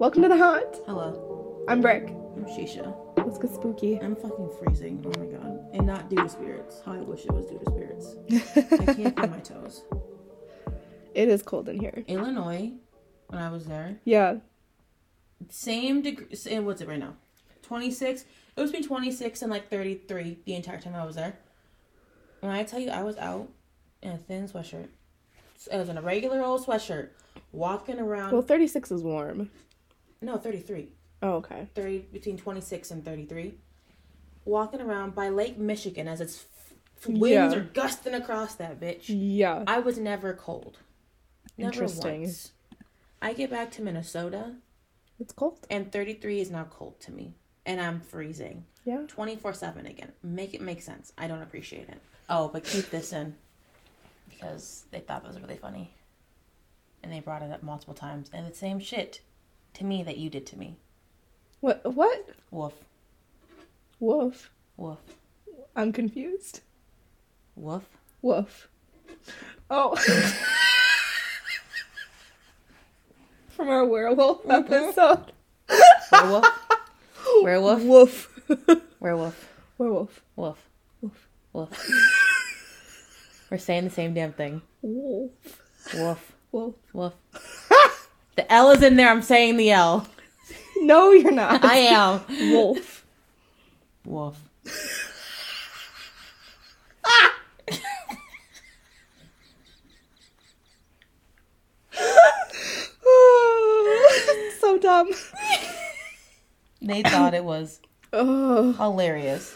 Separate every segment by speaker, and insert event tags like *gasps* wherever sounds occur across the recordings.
Speaker 1: Welcome to the haunt.
Speaker 2: Hello,
Speaker 1: I'm Brick.
Speaker 2: I'm Shisha.
Speaker 1: Let's get spooky.
Speaker 2: I'm fucking freezing. Oh my god. And not due to spirits. How I wish it was due to spirits. I can't feel my toes.
Speaker 1: It is cold in here.
Speaker 2: Illinois, when I was there,
Speaker 1: Yeah.
Speaker 2: same degree. Same, what's it right now? 26. It was between 26 and like 33 the entire time I was there. When I tell you I was out in a thin sweatshirt, it was in a regular old sweatshirt, walking around.
Speaker 1: Well, 36 is warm.
Speaker 2: no, 33.
Speaker 1: Oh, okay.
Speaker 2: 30 between 26 and 33 walking around by lake michigan as its f- f- winds
Speaker 1: Yeah.
Speaker 2: are gusting across that bitch
Speaker 1: Yeah.
Speaker 2: i was never cold never
Speaker 1: Interesting.
Speaker 2: once. i get back to minnesota
Speaker 1: It's cold.
Speaker 2: and 33 is now cold to me and i'm freezing
Speaker 1: Yeah.
Speaker 2: 24-7 again make it make sense i don't appreciate it oh but keep this in because they thought it was really funny and they brought it up multiple times and the same shit to me that you did to me
Speaker 1: What? What?
Speaker 2: woof
Speaker 1: Woof.
Speaker 2: woof
Speaker 1: I'm confused.
Speaker 2: woof
Speaker 1: Woof. Oh. *laughs* From our werewolf episode.
Speaker 2: *laughs* Werewolf. Werewolf.
Speaker 1: Woof.
Speaker 2: Werewolf.
Speaker 1: *laughs* werewolf.
Speaker 2: Wolf. *laughs* Wolf. We're saying the same damn thing.
Speaker 1: Wolf.
Speaker 2: Wolf.
Speaker 1: Wolf.
Speaker 2: Wolf. *laughs* the L is in there. I'm saying the L.
Speaker 1: No, you're not.
Speaker 2: I am.
Speaker 1: Wolf.
Speaker 2: Wolf.
Speaker 1: *laughs* so dumb. *sighs*
Speaker 2: They thought it was
Speaker 1: *laughs* Oh.
Speaker 2: hilarious.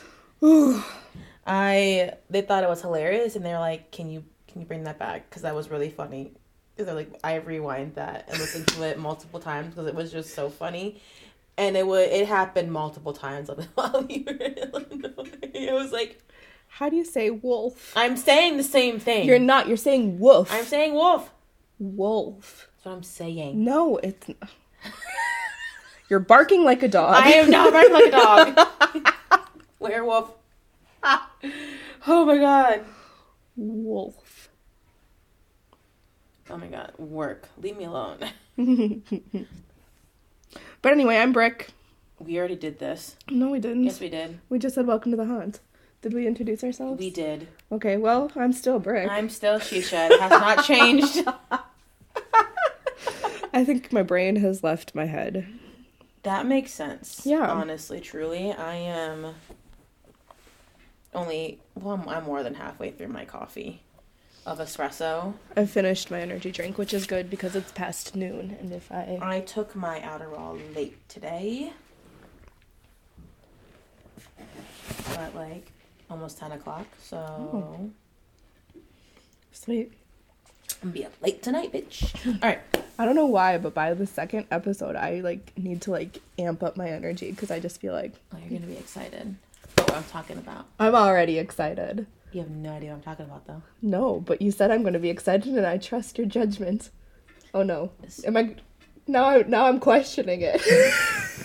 Speaker 2: I they thought it was hilarious, and they're like, "Can you can you bring that back? Because that was really funny." Because they're like, I rewind that and listened to it multiple times because it was just so funny, and it would it happened multiple times on the *laughs* while you were in Illinois. It was like
Speaker 1: How do you say wolf?
Speaker 2: I'm saying the same thing.
Speaker 1: You're not. You're saying wolf.
Speaker 2: I'm saying wolf.
Speaker 1: wolf.
Speaker 2: That's what I'm saying.
Speaker 1: No, it's. *laughs* n- You're barking like a dog.
Speaker 2: I am not barking like a dog.
Speaker 1: *laughs*
Speaker 2: Werewolf. *laughs* Ah. Oh my god.
Speaker 1: wolf.
Speaker 2: Oh my god. Work. Leave me alone. *laughs*
Speaker 1: But anyway, I'm Brick.
Speaker 2: We already did this.
Speaker 1: No, we didn't.
Speaker 2: Yes, we did.
Speaker 1: We just said welcome to the haunt. Did we introduce ourselves?
Speaker 2: We did.
Speaker 1: Okay, well, I'm still Brick. i
Speaker 2: I'm still Shisha. It
Speaker 1: *laughs*
Speaker 2: has not changed.
Speaker 1: think my brain has left my head.
Speaker 2: That makes sense.
Speaker 1: Yeah.
Speaker 2: Honestly, truly, I am only well, I'm- I'm more than halfway through my coffee of espresso.
Speaker 1: I finished my energy drink, which is good because it's past noon, and if I
Speaker 2: I took my Adderall late today. At like almost ten o'clock, so
Speaker 1: sweet.
Speaker 2: I'm gonna be up late tonight, bitch. All right.
Speaker 1: I don't know why, but by the second episode, I like need to like amp up my energy because I just feel like
Speaker 2: Oh, you're gonna be excited. About what I'm talking about.
Speaker 1: I'm already excited.
Speaker 2: You have no idea what I'm talking about though.
Speaker 1: No, but you said I'm going to be excited, and I trust your judgment. Oh no, am I? Now I now I'm questioning it. *laughs*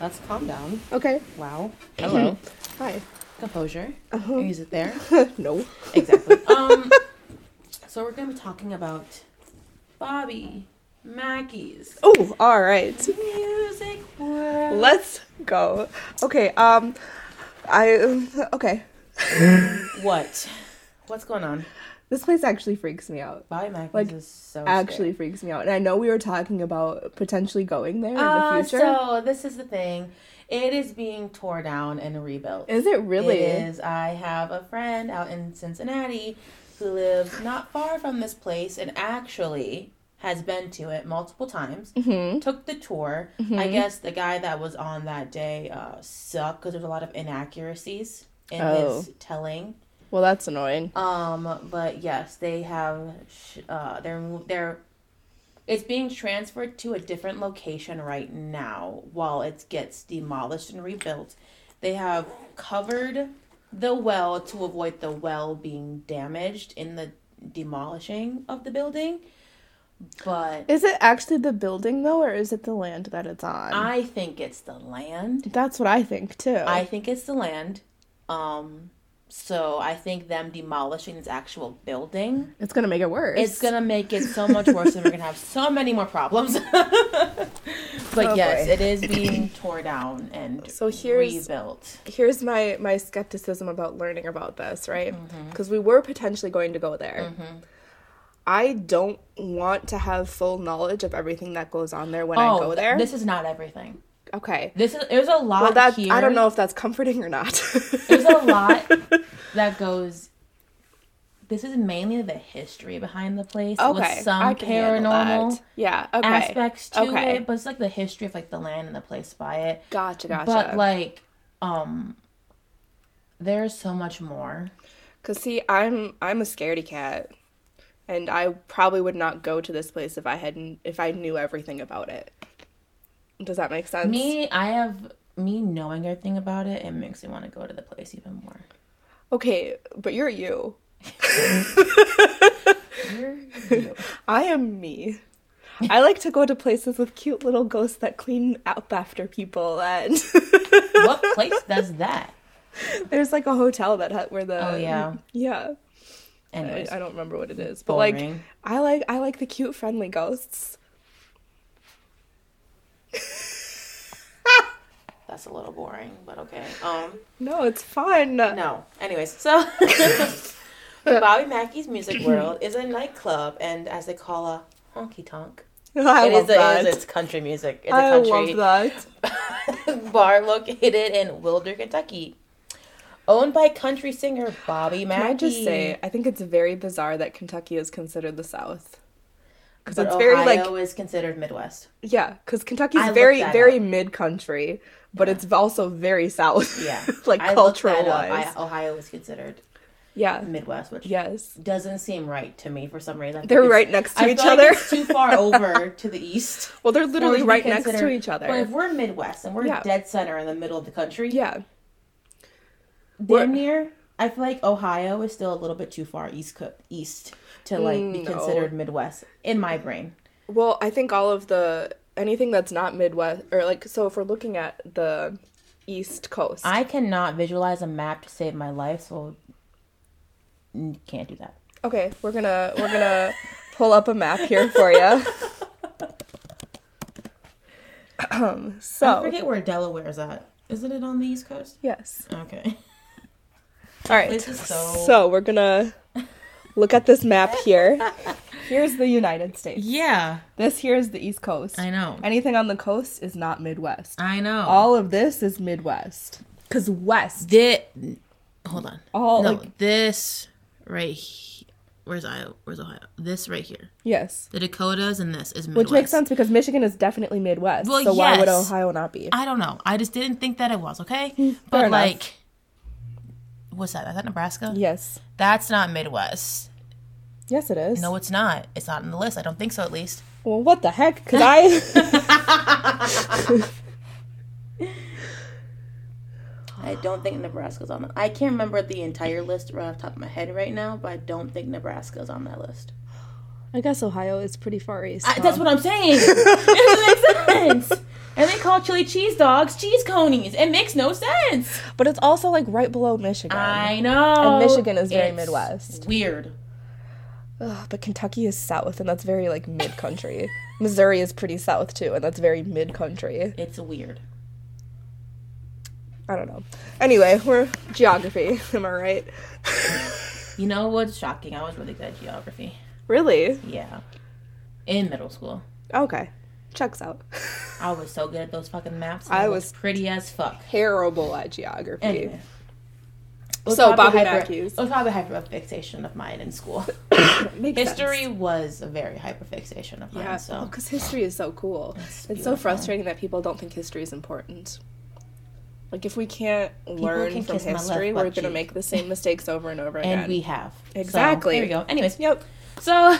Speaker 2: Let's calm down.
Speaker 1: okay.
Speaker 2: Wow. Hello.
Speaker 1: Hi.
Speaker 2: Composure. Is it *laughs* there?
Speaker 1: no.
Speaker 2: Exactly. um, so we're gonna be talking about Bobby Mackey's
Speaker 1: Oh, all right.
Speaker 2: music world.
Speaker 1: Let's go. Okay. Um, I okay.
Speaker 2: What? What's going on?
Speaker 1: This place actually freaks me out.
Speaker 2: Bobby Mackey's
Speaker 1: Like,
Speaker 2: is so
Speaker 1: Actually freaks me out, and I know we were talking about potentially going there in
Speaker 2: scary. Uh,
Speaker 1: the future.
Speaker 2: so this is the thing. It is being tore down and rebuilt.
Speaker 1: Is it really?
Speaker 2: It is. I have a friend out in Cincinnati who lives not far from this place and actually has been to it multiple times.
Speaker 1: Mm-hmm.
Speaker 2: Took the tour. I guess the guy that was on that day uh, sucked because there's a lot of inaccuracies in
Speaker 1: Oh.
Speaker 2: his telling.
Speaker 1: Well, that's annoying.
Speaker 2: Um, but yes, they have. sh- Uh, they're mo- they're. It's being transferred to a different location right now while it gets demolished and rebuilt. They have covered the well to avoid the well being damaged in the demolishing of the building. But
Speaker 1: Is it actually the building though, or is it the land that it's on?
Speaker 2: I think it's the land.
Speaker 1: That's what I think too.
Speaker 2: I think it's the land. Um, So I think them demolishing this actual building
Speaker 1: It's gonna make it worse.
Speaker 2: it's gonna make it so much worse, and we're gonna have so many more problems. *laughs* but
Speaker 1: Oh,
Speaker 2: yes,
Speaker 1: boy.
Speaker 2: it is being tore down
Speaker 1: *clears throat*
Speaker 2: and
Speaker 1: So here's-
Speaker 2: rebuilt.
Speaker 1: Here's my my skepticism about learning about this, right?
Speaker 2: Mm-hmm.
Speaker 1: Because we were potentially going to go there. I don't want to have full knowledge of everything that goes on there when I go
Speaker 2: th-
Speaker 1: there.
Speaker 2: Oh, This is not everything.
Speaker 1: okay.
Speaker 2: This is there's a lot
Speaker 1: Well, that's
Speaker 2: here.
Speaker 1: I don't know if that's comforting or not. *laughs*
Speaker 2: There's a lot that goes. This is mainly the history behind the place
Speaker 1: okay,
Speaker 2: with some
Speaker 1: I can handle
Speaker 2: paranormal
Speaker 1: that. Yeah. Okay.
Speaker 2: aspects to
Speaker 1: okay.
Speaker 2: it, but it's like the history of like the land and the place by it.
Speaker 1: Gotcha. Gotcha.
Speaker 2: But like, um, there's so much more.
Speaker 1: Cause see, I'm I'm a scaredy cat, and I probably would not go to this place if I hadn't if I knew everything about it. Does that make sense?
Speaker 2: Me, I have me knowing everything about it. It makes me want to go to the place even more.
Speaker 1: Okay, but you're you.
Speaker 2: You're-
Speaker 1: I am me. I like to go to places with cute little ghosts that clean up after people, and
Speaker 2: *laughs*
Speaker 1: *laughs*
Speaker 2: what place does that?
Speaker 1: there's like a hotel that ha- where the
Speaker 2: Oh yeah.
Speaker 1: yeah. I,
Speaker 2: Anyways,
Speaker 1: I don't remember what it is, but like
Speaker 2: Boring.
Speaker 1: I like I like the cute friendly ghosts.
Speaker 2: that's a little boring, but okay. Um,
Speaker 1: No, it's fun.
Speaker 2: no. Anyways, so *laughs* Bobby Mackey's Music World is a nightclub, and as they call a honky tonk,
Speaker 1: *laughs* I
Speaker 2: it
Speaker 1: love
Speaker 2: is, a,
Speaker 1: that.
Speaker 2: it is it's country music. It's a
Speaker 1: I
Speaker 2: country.
Speaker 1: love that.
Speaker 2: *laughs* bar located in Wilder, Kentucky. Owned by country singer Bobby Mackey.
Speaker 1: Can I just say, I think it's very bizarre that Kentucky is considered the South. Because
Speaker 2: But
Speaker 1: it's very
Speaker 2: Ohio
Speaker 1: like,
Speaker 2: is considered Midwest.
Speaker 1: yeah, because Kentucky's
Speaker 2: I looked
Speaker 1: very,
Speaker 2: that
Speaker 1: very mid country, but it's also very South.
Speaker 2: Yeah,
Speaker 1: *laughs* like
Speaker 2: I looked that
Speaker 1: cultural
Speaker 2: up. I-
Speaker 1: wise.
Speaker 2: Ohio is considered
Speaker 1: Yeah.
Speaker 2: Midwest, which
Speaker 1: Yes.
Speaker 2: doesn't seem right to me for some reason. I think
Speaker 1: They're
Speaker 2: it's-
Speaker 1: right next to
Speaker 2: I
Speaker 1: each
Speaker 2: feel like
Speaker 1: other.
Speaker 2: it's
Speaker 1: *laughs*
Speaker 2: too far over to the east.
Speaker 1: Well, they're literally
Speaker 2: Or to be
Speaker 1: right next to
Speaker 2: considered-
Speaker 1: each
Speaker 2: But if
Speaker 1: other.
Speaker 2: we're Midwest and we're
Speaker 1: Yeah.
Speaker 2: dead center in the middle of the country,
Speaker 1: Yeah. we're-
Speaker 2: damn near. I feel like Ohio is still a little bit too far east co- east to like be
Speaker 1: Mm, No.
Speaker 2: considered Midwest in my brain.
Speaker 1: Well, I think all of the, anything that's not Midwest, or like, so if we're looking at the East Coast,
Speaker 2: I cannot visualize a map to save my life, so n- can't do that.
Speaker 1: Okay, we're gonna we're gonna pull up a map here for
Speaker 2: *laughs*
Speaker 1: you.
Speaker 2: I
Speaker 1: Um, so
Speaker 2: forget where Delaware is at. Isn't it on the East Coast?
Speaker 1: yes,
Speaker 2: Okay.
Speaker 1: all right.
Speaker 2: This is so-
Speaker 1: So we're gonna look at this map here. *laughs* Here's the United States.
Speaker 2: Yeah,
Speaker 1: This here is the East Coast.
Speaker 2: I know.
Speaker 1: Anything on the coast is not Midwest.
Speaker 2: I know.
Speaker 1: All of this is Midwest. Cause West.
Speaker 2: This, hold on.
Speaker 1: All,
Speaker 2: no,
Speaker 1: like-
Speaker 2: this right. He- where's Iowa? Where's Ohio? This right here.
Speaker 1: Yes.
Speaker 2: The Dakotas and this is Midwest.
Speaker 1: Which makes sense because Michigan is definitely Midwest.
Speaker 2: Well,
Speaker 1: so why would
Speaker 2: yes.
Speaker 1: Ohio not be?
Speaker 2: I don't know. I just didn't think that it was okay. But
Speaker 1: enough.
Speaker 2: like, what's that? Is that Nebraska?
Speaker 1: yes.
Speaker 2: That's not Midwest.
Speaker 1: Yes, it is.
Speaker 2: No, it's not. It's not on the list. I don't think so. At least.
Speaker 1: Well, what the heck?
Speaker 2: *laughs*
Speaker 1: Cause I.
Speaker 2: I don't think Nebraska's on. The, I can't remember the entire list right off the top of my head right now, but I don't think Nebraska's on that list.
Speaker 1: I guess Ohio is pretty far east.
Speaker 2: I, that's what I'm saying. it doesn't make sense. And they call chili cheese dogs cheese conies. It makes no sense.
Speaker 1: but it's also like right below Michigan.
Speaker 2: I know.
Speaker 1: Um, And Michigan is very
Speaker 2: It's
Speaker 1: Midwest.
Speaker 2: Weird.
Speaker 1: Ugh, but Kentucky is south, and that's very like mid country. Missouri is pretty south too, and that's very mid country.
Speaker 2: It's weird.
Speaker 1: I don't know. Anyway, we're geography. *laughs* Am I right?
Speaker 2: You know what's shocking? I was really good at geography.
Speaker 1: really?
Speaker 2: Yeah. In middle school,
Speaker 1: Okay. Checks out. *laughs*
Speaker 2: I was so good at those fucking maps.
Speaker 1: I
Speaker 2: I
Speaker 1: was-
Speaker 2: was pretty as fuck.
Speaker 1: Terrible at geography.
Speaker 2: Anyway.
Speaker 1: So, Bobby
Speaker 2: hyper,
Speaker 1: Matthews.
Speaker 2: It was probably a hyperfixation of mine in school.
Speaker 1: *laughs* Makes sense.
Speaker 2: History was a very hyperfixation of mine.
Speaker 1: Yeah, Oh,
Speaker 2: So
Speaker 1: because history is so cool.
Speaker 2: It's
Speaker 1: It's, so
Speaker 2: beautiful.
Speaker 1: frustrating that people don't think history is important. Like, if we can't learn
Speaker 2: can
Speaker 1: from
Speaker 2: kiss my left
Speaker 1: history, we're going
Speaker 2: butt
Speaker 1: to
Speaker 2: cheek.
Speaker 1: make the same mistakes over and over again.
Speaker 2: and we have So,
Speaker 1: Exactly.
Speaker 2: there we go. Anyways,
Speaker 1: Yep. *laughs*
Speaker 2: So,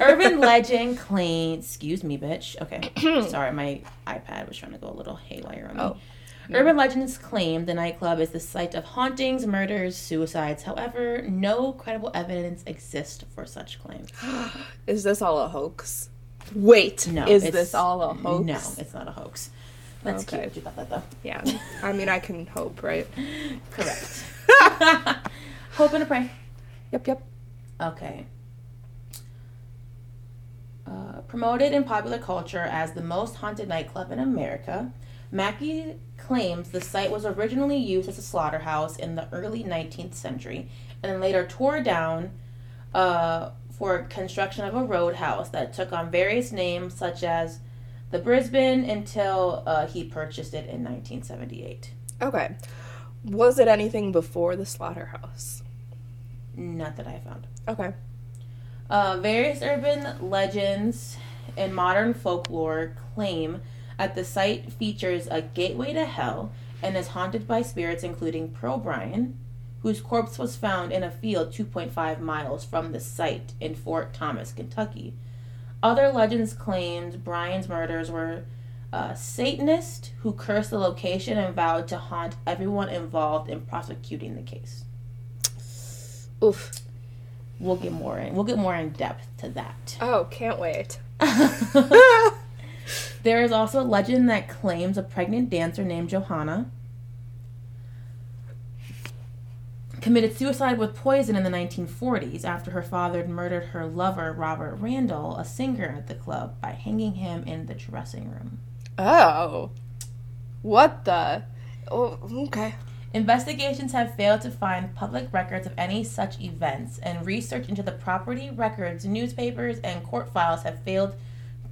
Speaker 2: urban legend claims. Excuse me, bitch.
Speaker 1: *clears throat*
Speaker 2: Okay, sorry, my iPad was trying to go a little haywire on me.
Speaker 1: Oh.
Speaker 2: Urban legends claim the nightclub is the site of hauntings, murders, suicides. However, no credible evidence exists for such claims.
Speaker 1: Is this all a hoax? Wait,
Speaker 2: No,
Speaker 1: is
Speaker 2: it's-
Speaker 1: this all a hoax?
Speaker 2: No, it's not a hoax. That's
Speaker 1: Okay. *laughs*
Speaker 2: cute. You got that though.
Speaker 1: Yeah. I mean, I can hope, right?
Speaker 2: Correct.
Speaker 1: *laughs*
Speaker 2: *laughs* Hope and a pray.
Speaker 1: Yep, yep.
Speaker 2: Okay. Uh, promoted in popular culture as the most haunted nightclub in America, Mackey claims the site was originally used as a slaughterhouse in the early 19th century and then later tore down uh, for construction of a roadhouse that took on various names such as the Brisbane until uh, he purchased it in 1978.
Speaker 1: Okay. Was it anything before the slaughterhouse?
Speaker 2: Not that I found.
Speaker 1: Okay.
Speaker 2: Uh, various urban legends and modern folklore claim that the site features a gateway to hell and is haunted by spirits including Pearl Bryan, whose corpse was found in a field 2.5 miles from the site in Fort Thomas, Kentucky. Other legends claimed Bryan's murders were uh, Satanists who cursed the location and vowed to haunt everyone involved in prosecuting the case.
Speaker 1: Oof.
Speaker 2: We'll get more in, we'll get more in depth to that.
Speaker 1: Oh, can't wait.
Speaker 2: *laughs* there is also a legend that claims a pregnant dancer named Johanna committed suicide with poison in the 1940s after her father had murdered her lover, Robert Randall, a singer at the club, by hanging him in the dressing room.
Speaker 1: Oh. What the? Oh, okay.
Speaker 2: Investigations have failed to find public records of any such events, and research into the property, records, newspapers, and court files have failed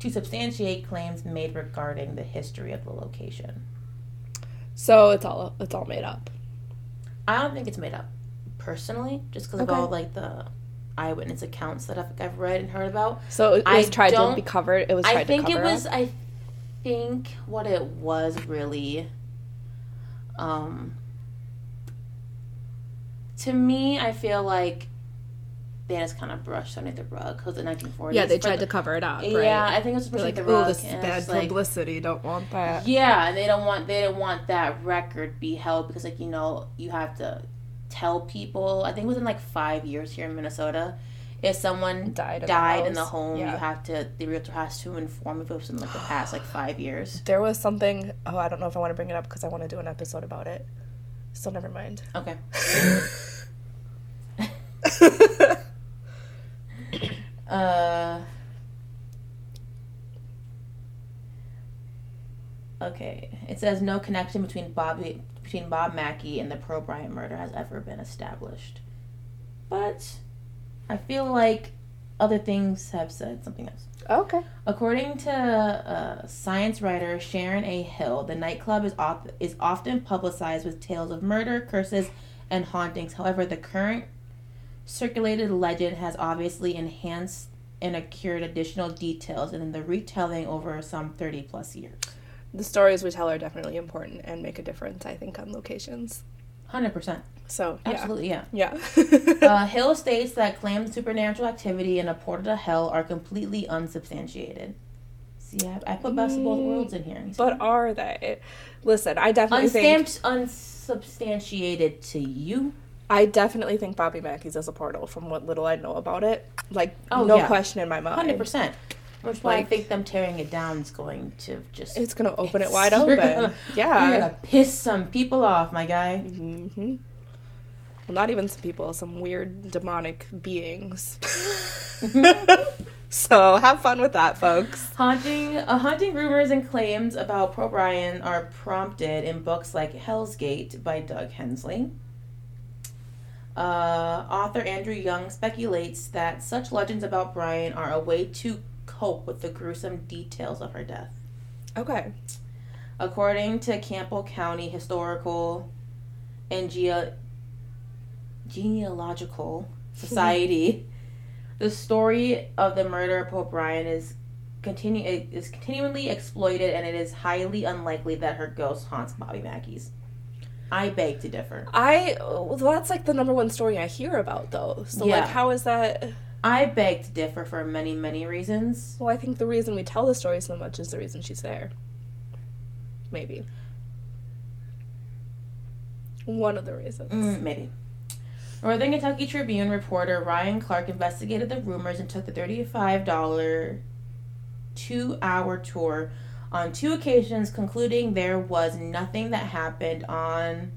Speaker 2: to substantiate claims made regarding the history of the location.
Speaker 1: So it's all it's all made up.
Speaker 2: I don't think it's made up, personally, just because
Speaker 1: Okay.
Speaker 2: of all like the eyewitness accounts that I've, I've read and heard about.
Speaker 1: So it
Speaker 2: I
Speaker 1: was tried to
Speaker 2: don't-
Speaker 1: be covered. It was tried
Speaker 2: I think
Speaker 1: to
Speaker 2: it
Speaker 1: cover
Speaker 2: was.
Speaker 1: up.
Speaker 2: I think what it was really. Um. To me, I feel like they just kind of brushed under the rug because the 1940s.
Speaker 1: Yeah, they
Speaker 2: but-
Speaker 1: tried to cover it up.
Speaker 2: Yeah,
Speaker 1: right?
Speaker 2: I think it
Speaker 1: They're
Speaker 2: was brushed
Speaker 1: like,
Speaker 2: under the
Speaker 1: oh,
Speaker 2: rug.
Speaker 1: this is
Speaker 2: and it's
Speaker 1: bad
Speaker 2: like-
Speaker 1: publicity. Don't want that.
Speaker 2: yeah, and they don't want they don't want that record be held because like you know you have to tell people. I think within like five years here in Minnesota, if someone
Speaker 1: Died. of
Speaker 2: died in the
Speaker 1: house.
Speaker 2: home,
Speaker 1: Yeah.
Speaker 2: you have to the realtor has to inform if it was in like the past like five years.
Speaker 1: There was something. Oh, I don't know if I want to bring it up because I want to do an episode about it. So never *laughs* mind.
Speaker 2: Okay. Uh. Okay. It says no connection between Bobby between Bob Mackey and the Pearl Bryant murder has ever been established, but I feel like other things have said something else.
Speaker 1: okay.
Speaker 2: According to uh, science writer Sharon A. Hill, the nightclub is off- is often publicized with tales of murder, curses, and hauntings. However, the current circulated legend has obviously enhanced and acquired additional details in the retelling over some 30 plus years.
Speaker 1: The stories we tell are definitely important and make a difference. I think on locations.
Speaker 2: 100%.
Speaker 1: So yeah, *laughs*
Speaker 2: Absolutely, yeah.
Speaker 1: yeah.
Speaker 2: uh, Hill states that claims of supernatural activity and a portal to hell are completely unsubstantiated. See, I, I put best of both worlds in here.
Speaker 1: *laughs* but are they? Listen, I definitely think
Speaker 2: Unstamped, unsubstantiated to you.
Speaker 1: I definitely think Bobby Mackey's is a portal from what little I know about it. Like
Speaker 2: Oh,
Speaker 1: no
Speaker 2: yeah.
Speaker 1: question in my mind.
Speaker 2: Hundred percent. Which is why I
Speaker 1: Like-
Speaker 2: think them tearing it down is going to just
Speaker 1: It's gonna open it
Speaker 2: It's-
Speaker 1: wide
Speaker 2: you're
Speaker 1: open. *laughs*
Speaker 2: gonna- you're
Speaker 1: yeah.
Speaker 2: gonna piss some people off, my guy.
Speaker 1: hmm Well, not even some people, some weird demonic *laughs* beings. so have fun with that, folks.
Speaker 2: Haunting, uh, haunting rumors and claims about Pro Brian are prompted in books like Hell's Gate by Doug Hensley. Uh, author Andrew Young speculates that such legends about Brian are a way to cope with the gruesome details of her death.
Speaker 1: Okay.
Speaker 2: According to Campbell County Historical and Geo- Genealogical Society, the story of the murder of Pope Ryan is continu- is continually exploited, and it is highly unlikely that her ghost haunts Bobby Mackey's. I beg to differ.
Speaker 1: I well, that's like the number one story I hear about though. So
Speaker 2: Yeah.
Speaker 1: like how is that
Speaker 2: I beg to differ for many, many reasons.
Speaker 1: well I think the reason we tell the story so much is the reason she's there. Maybe. One of the reasons.
Speaker 2: Mm, maybe. Northern Kentucky Tribune reporter Ryan Clark investigated the rumors and took the $35 two hour tour on two occasions, concluding there was nothing that happened on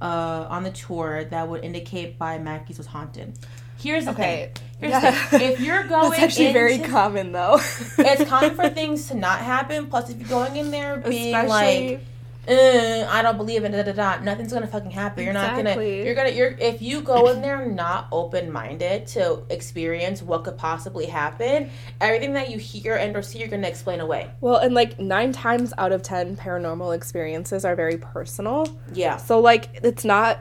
Speaker 2: uh, on the tour that would indicate by Mackey's was haunted. Here's the
Speaker 1: Okay.
Speaker 2: thing. Here's the
Speaker 1: Yeah.
Speaker 2: thing. If you're
Speaker 1: *laughs*
Speaker 2: going,
Speaker 1: That's actually very
Speaker 2: into-
Speaker 1: common though.
Speaker 2: it's
Speaker 1: *laughs*
Speaker 2: common for things to not happen. Plus, if you're going in there being like, "Uh, I don't believe in da da da, nothing's gonna fucking happen. You're not gonna.
Speaker 1: Exactly.
Speaker 2: You're gonna. You're if you go in there not open minded to experience what could possibly happen, everything that you hear and or see, you're gonna explain away.
Speaker 1: well, and like nine times out of ten, paranormal experiences are very personal.
Speaker 2: Yeah.
Speaker 1: So like, it's not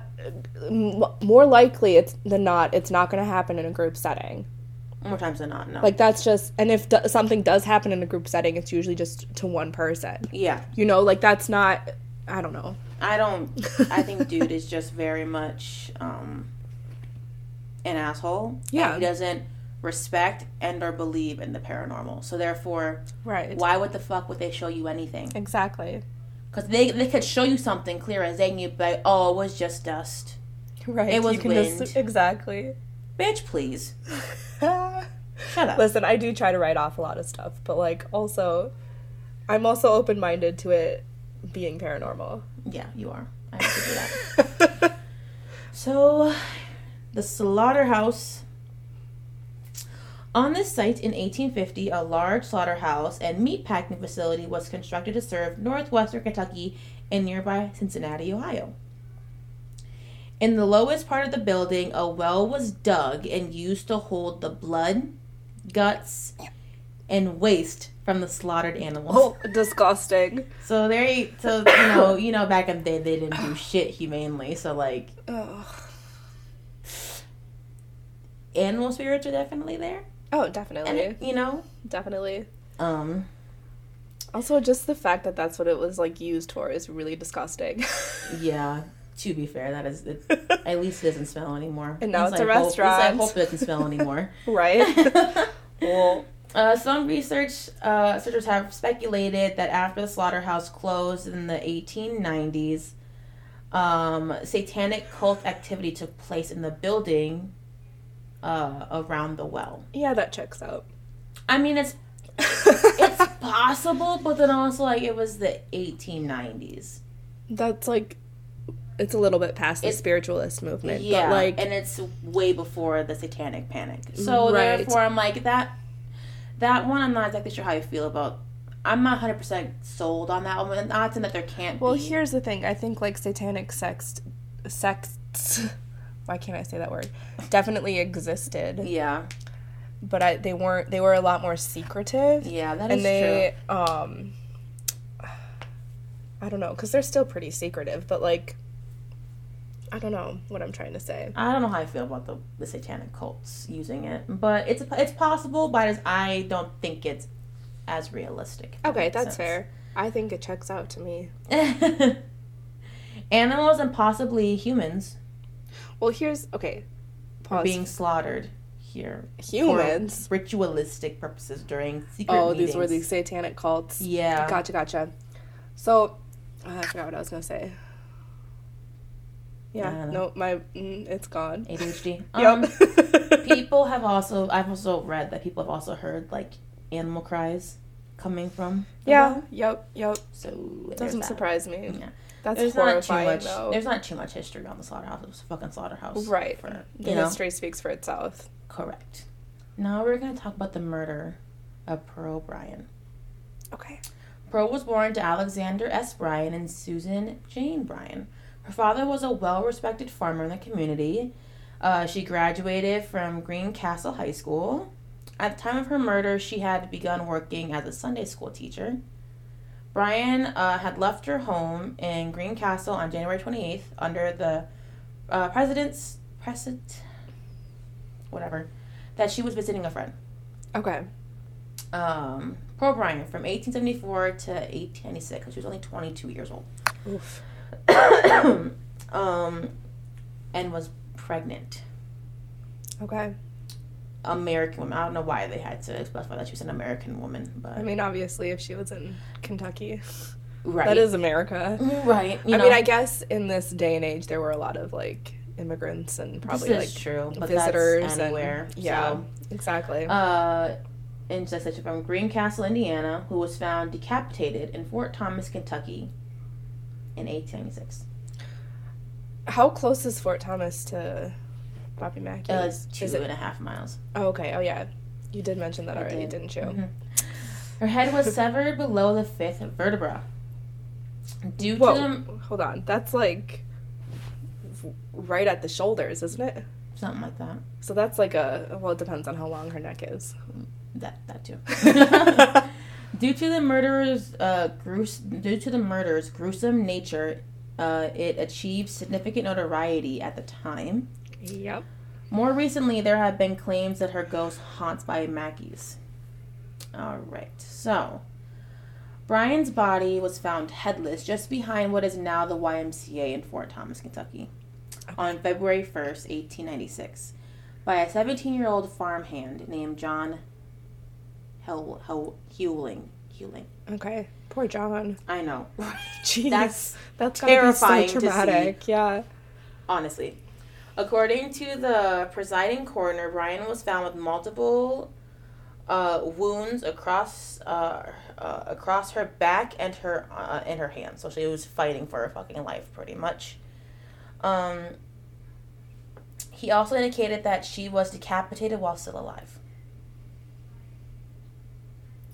Speaker 1: m- more likely it's than not. It's not going to happen in a group setting.
Speaker 2: More times than not. No.
Speaker 1: Like that's just, and if d- something does happen in a group setting, it's usually just to one person.
Speaker 2: yeah.
Speaker 1: You know, like that's not. I don't know.
Speaker 2: I
Speaker 1: *laughs*
Speaker 2: don't. I think dude is just very much um, an asshole. and
Speaker 1: Yeah.
Speaker 2: he doesn't respect and or believe in the paranormal. So therefore,
Speaker 1: Right.
Speaker 2: why would the fuck would they show you anything?
Speaker 1: Exactly.
Speaker 2: Because they they could show you something clear as day, and you'd be like, oh, it was just dust.
Speaker 1: Right.
Speaker 2: It was wind.
Speaker 1: exactly.
Speaker 2: Bitch, please shut up.
Speaker 1: Listen, I do try to write off a lot of stuff, but like also, I'm also open minded to it being paranormal.
Speaker 2: Yeah, you are. I have to do that. *laughs* So, the slaughterhouse. On this site in 1850, a large slaughterhouse and meatpacking facility was constructed to serve northwestern Kentucky and nearby Cincinnati, Ohio. In the lowest part of the building, a well was dug and used to hold the blood, guts, and waste from the slaughtered *laughs* animals.
Speaker 1: oh, disgusting.
Speaker 2: So there, so you know, you know, back in the day, they didn't do shit humanely. So like,
Speaker 1: Oh,
Speaker 2: animal spirits are definitely there. And
Speaker 1: Oh, definitely.
Speaker 2: it- you know,
Speaker 1: Definitely.
Speaker 2: um,
Speaker 1: Also, just the fact that that's what it was like used for is really disgusting. *laughs*
Speaker 2: yeah. To be fair, that is it, at least it doesn't smell anymore.
Speaker 1: And now
Speaker 2: At least
Speaker 1: it's a
Speaker 2: I hope- At
Speaker 1: restaurant.
Speaker 2: least I hope it doesn't
Speaker 1: *laughs*
Speaker 2: smell anymore. *laughs*
Speaker 1: right?
Speaker 2: well, uh, some research uh, researchers have speculated that after the slaughterhouse closed in the 1890s, um, satanic cult activity took place in the building uh, around the well.
Speaker 1: Yeah, that checks out.
Speaker 2: I mean, it's it's possible, but then also like it was the 1890s.
Speaker 1: *laughs* that's like it's a little bit past the
Speaker 2: It's-
Speaker 1: spiritualist movement.
Speaker 2: Yeah,
Speaker 1: But like
Speaker 2: and it's way before the Satanic Panic. So
Speaker 1: Right.
Speaker 2: therefore, I'm like that. That one, I'm not exactly sure how I feel about. I'm not 100 percent sold on that one. Not saying that there can't
Speaker 1: Well,
Speaker 2: be.
Speaker 1: here's the thing. I think like satanic sex, sects. *laughs* Why can't I say that word? Definitely existed,
Speaker 2: yeah,
Speaker 1: but I they weren't. They were a lot more secretive,
Speaker 2: yeah, that is
Speaker 1: and they um. I don't know, cause they're still pretty secretive, but like, I don't know what I'm trying to say.
Speaker 2: true. I don't know how I feel about the, the Satanic cults using it, but it's it's possible, but it's, I don't think it's as realistic. if that
Speaker 1: Okay,
Speaker 2: makes
Speaker 1: that's
Speaker 2: sense.
Speaker 1: fair. I think it checks out to me.
Speaker 2: *laughs* Animals and possibly humans
Speaker 1: Well, here's okay.
Speaker 2: are
Speaker 1: Pause.
Speaker 2: being slaughtered here
Speaker 1: humans.
Speaker 2: for ritualistic purposes during secret
Speaker 1: Oh,
Speaker 2: meetings.
Speaker 1: these were the satanic cults.
Speaker 2: yeah.
Speaker 1: Gotcha, gotcha. So, uh, I forgot what I was gonna say.
Speaker 2: I
Speaker 1: Yeah,
Speaker 2: don't
Speaker 1: no, my mm, it's gone. *laughs*
Speaker 2: ADHD. Um,
Speaker 1: Yep.
Speaker 2: people have also I've also read that people have also heard like animal cries coming from the
Speaker 1: yeah.
Speaker 2: well.
Speaker 1: Yep. Yep.
Speaker 2: Uh-huh. So there's
Speaker 1: Doesn't
Speaker 2: that.
Speaker 1: surprise me.
Speaker 2: Yeah.
Speaker 1: That's
Speaker 2: There's not too
Speaker 1: horrifying,
Speaker 2: much.
Speaker 1: though.
Speaker 2: There's not too much history on the slaughterhouse. It was a fucking slaughterhouse,
Speaker 1: Right.
Speaker 2: For,
Speaker 1: the
Speaker 2: you know,
Speaker 1: history speaks for itself.
Speaker 2: correct. Now we're gonna talk about the murder of Pearl Bryan.
Speaker 1: Okay.
Speaker 2: Pearl was born to Alexander S. Bryan and Susan Jane Bryan. Her father was a well respected farmer in the community. Uh, she graduated from Green Castle High School. At the time of her murder, she had begun working as a Sunday school teacher. Bryan uh, had left her home in Green Castle on January 28th under the uh, president's precedent, whatever, that she was visiting a friend
Speaker 1: Okay.
Speaker 2: um, Pearl Bryan from 1874 to 1896. She was only 22 years old.
Speaker 1: Oof.
Speaker 2: um, and was pregnant.
Speaker 1: Okay.
Speaker 2: American woman. I don't know why they had to specify that she was an American woman, but
Speaker 1: I mean, obviously, if she was in Kentucky,
Speaker 2: right,
Speaker 1: that is America.
Speaker 2: *laughs* right. You
Speaker 1: I
Speaker 2: know,
Speaker 1: mean, I guess in this day and age, there were a lot of like immigrants and probably
Speaker 2: this
Speaker 1: like
Speaker 2: is true, but
Speaker 1: visitors
Speaker 2: that's
Speaker 1: and-
Speaker 2: anywhere.
Speaker 1: yeah,
Speaker 2: so.
Speaker 1: exactly.
Speaker 2: Uh, and so I said from Greencastle, Indiana, who was found decapitated in Fort Thomas, Kentucky, in 1896.
Speaker 1: How close is Fort Thomas to Bobby Mackey?
Speaker 2: Uh, it's two
Speaker 1: is
Speaker 2: and a half
Speaker 1: it?
Speaker 2: miles.
Speaker 1: Oh, okay. Oh, yeah. You did mention that
Speaker 2: I
Speaker 1: already,
Speaker 2: did. Mm-hmm.
Speaker 1: did. not you?
Speaker 2: Her head was severed below the fifth vertebra. Due
Speaker 1: Whoa.
Speaker 2: to the,
Speaker 1: Hold on. That's like w- right at the shoulders, isn't it?
Speaker 2: something like that.
Speaker 1: So that's like a well, it depends on how long her neck
Speaker 2: *laughs*
Speaker 1: is.
Speaker 2: That that
Speaker 1: *laughs*
Speaker 2: too. *laughs* due to the murderer's uh, grues- due to the murder's gruesome nature, uh, it achieved significant notoriety at the time.
Speaker 1: yep.
Speaker 2: More recently, there have been claims that her ghost haunts by Maggie's. All right, so Brian's body was found headless just behind what is now the YMCA in Fort Thomas, Kentucky, on February 1st, 1896, by a 17 year old farmhand named John Hel- Hel- Hewling. Hewling.
Speaker 1: Okay. Poor John. *laughs*
Speaker 2: I know. *laughs*
Speaker 1: Jeez.
Speaker 2: That's
Speaker 1: that's gotta be so
Speaker 2: terrifying to see.
Speaker 1: traumatic. Yeah.
Speaker 2: honestly. According to the presiding coroner, Brian was found with multiple uh, wounds across uh, uh, across her back and her uh, and her hands. So she was fighting for her fucking life, pretty much. Um, he also indicated that she was decapitated while still alive.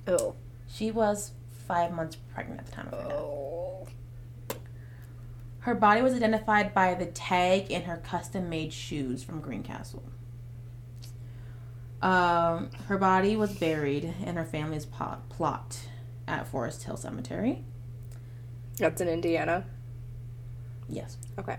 Speaker 1: Oh.
Speaker 2: She was five months pregnant at the time of her death.
Speaker 1: Oh.
Speaker 2: Her body was identified by the tag in her custom made shoes from Greencastle. Um, her body was buried in her family's pot, plot at Forest Hill Cemetery.
Speaker 1: That's in Indiana.
Speaker 2: Yes.
Speaker 1: Okay.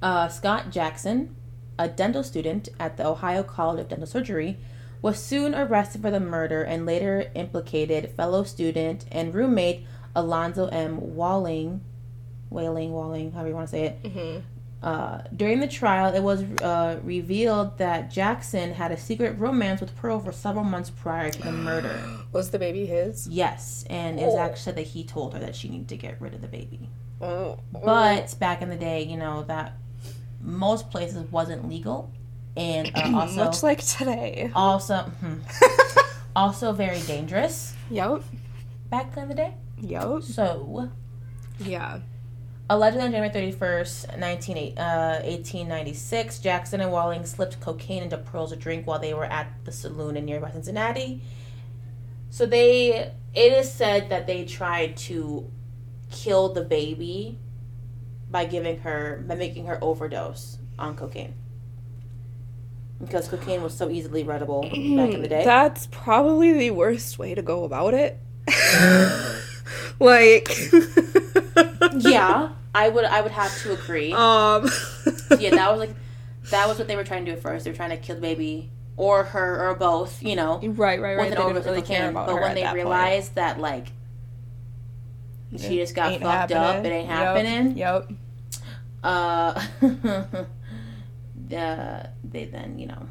Speaker 2: Uh, Scott Jackson, a dental student at the Ohio College of Dental Surgery, was soon arrested for the murder and later implicated fellow student and roommate Alonzo M. Walling, Wailing, Walling, however you want to say it,
Speaker 1: Mm-hmm.
Speaker 2: Uh, during the trial, it was uh, revealed that Jackson had a secret romance with Pearl for several months prior to the murder.
Speaker 1: *gasps* Was the baby his?
Speaker 2: Yes, and it was
Speaker 1: Oh.
Speaker 2: actually said that he told her that she needed to get rid of the baby.
Speaker 1: Oh. *clears throat*
Speaker 2: But back in the day, you know that most places wasn't legal, and
Speaker 1: *clears throat*
Speaker 2: uh, also
Speaker 1: much like
Speaker 2: *laughs*
Speaker 1: today.
Speaker 2: also hmm, also very dangerous
Speaker 1: yep.
Speaker 2: back in the day.
Speaker 1: Yep.
Speaker 2: So
Speaker 1: Yeah.
Speaker 2: Allegedly on January 31st, 19, uh, 1896, Jackson and Walling slipped cocaine into Pearl's drink while they were at the saloon in nearby Cincinnati. So they, it is said that they tried to kill the baby by giving her, by making her overdose on cocaine. Because cocaine was so easily readable back in the day.
Speaker 1: That's probably the worst way to go about it. *laughs* like
Speaker 2: *laughs* yeah, I would, I would have to agree.
Speaker 1: Um *laughs*
Speaker 2: yeah, that was like that was what they were trying to do at first. They were trying to kill the baby or her or both, you know,
Speaker 1: Right, right, right.
Speaker 2: with
Speaker 1: They
Speaker 2: an
Speaker 1: didn't
Speaker 2: overdose
Speaker 1: really
Speaker 2: of
Speaker 1: care
Speaker 2: cocaine.
Speaker 1: about
Speaker 2: But
Speaker 1: her
Speaker 2: when
Speaker 1: at
Speaker 2: they
Speaker 1: that point.
Speaker 2: realized that like she just got
Speaker 1: Ain't
Speaker 2: fucked up,
Speaker 1: happening.
Speaker 2: it ain't happening.
Speaker 1: Yep. yep.
Speaker 2: Uh, *laughs* the, they then you know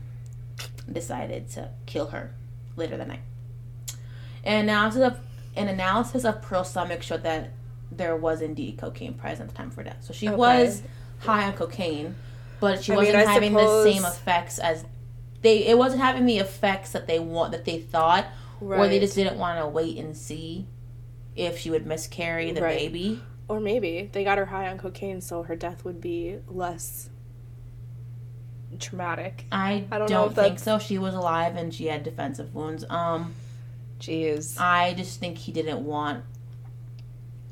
Speaker 2: decided to kill her later that night. An analysis of an analysis of Pearl's stomach showed that there was indeed cocaine present at the time for death. So she
Speaker 1: Okay.
Speaker 2: was high on cocaine, but she
Speaker 1: I mean,
Speaker 2: wasn't
Speaker 1: I
Speaker 2: having
Speaker 1: suppose-
Speaker 2: the same effects as they. It wasn't having the effects that they want that they thought,
Speaker 1: Right.
Speaker 2: or they just didn't want to wait and see if she would miscarry the
Speaker 1: Right.
Speaker 2: baby.
Speaker 1: Or maybe they got her high on cocaine so her death would be less traumatic.
Speaker 2: I,
Speaker 1: I
Speaker 2: don't,
Speaker 1: don't know if
Speaker 2: think so. She was alive and she had defensive wounds. Um,
Speaker 1: Jeez.
Speaker 2: I just think he didn't want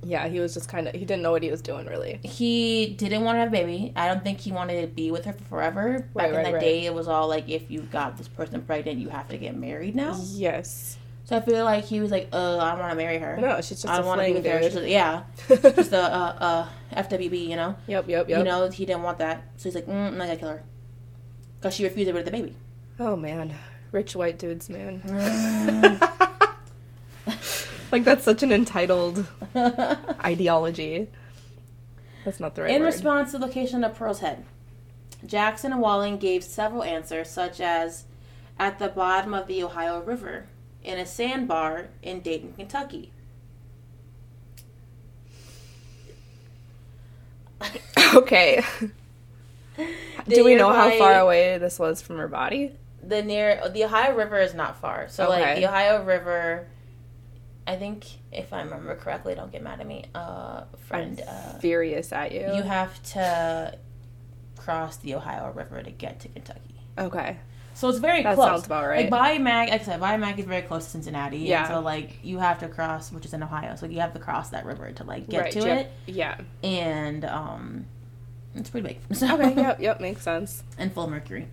Speaker 1: Yeah, he was just kind of he didn't know what he was doing really.
Speaker 2: he didn't want to have a baby. I don't think he wanted to be with her forever. Back
Speaker 1: Right,
Speaker 2: in
Speaker 1: right,
Speaker 2: the
Speaker 1: right.
Speaker 2: day, it was all like if you got this person pregnant, you have to get married
Speaker 1: Mm-hmm.
Speaker 2: now.
Speaker 1: Yes.
Speaker 2: So I feel like he was like, "Uh, I don't want to marry her.
Speaker 1: No, she's just
Speaker 2: I
Speaker 1: a
Speaker 2: don't want to be
Speaker 1: fling,
Speaker 2: with her." She's
Speaker 1: dude.
Speaker 2: just- yeah,
Speaker 1: *laughs*
Speaker 2: just a uh, uh, FWB, you know.
Speaker 1: yep, yep, yep.
Speaker 2: You know, he didn't want that, so he's like, mm, "I'm not gonna kill her," because she refused to get rid of the baby.
Speaker 1: Oh man, rich white dudes, man.
Speaker 2: Mm.
Speaker 1: *laughs* like that's such an entitled
Speaker 2: *laughs*
Speaker 1: ideology. That's not the right
Speaker 2: In
Speaker 1: word.
Speaker 2: response to the location of Pearl's head, Jackson and Walling gave several answers, such as at the bottom of the Ohio River, in a sandbar in Dayton,
Speaker 1: *laughs*
Speaker 2: Kentucky.
Speaker 1: *laughs* okay. Do we know how
Speaker 2: nearby-
Speaker 1: far away this was from her body?
Speaker 2: The near the Ohio River is not far. So like
Speaker 1: Okay.
Speaker 2: the Ohio River I think if I remember correctly, don't get mad at me, uh, friend. Uh,
Speaker 1: Furious at you.
Speaker 2: you have to cross the Ohio River to get to Kentucky.
Speaker 1: okay.
Speaker 2: So it's very
Speaker 1: That
Speaker 2: close.
Speaker 1: sounds about right.
Speaker 2: Like Bay Mag, like I said, Bay Mag is very close to Cincinnati. and
Speaker 1: Yeah.
Speaker 2: so like you have to cross, which is in Ohio. So you have to cross that river to like get
Speaker 1: Right,
Speaker 2: to
Speaker 1: yep.
Speaker 2: it,
Speaker 1: Yeah.
Speaker 2: and um, it's pretty big. *laughs* So-
Speaker 1: Okay. *laughs* yep. Yep. Makes sense.
Speaker 2: and full of mercury.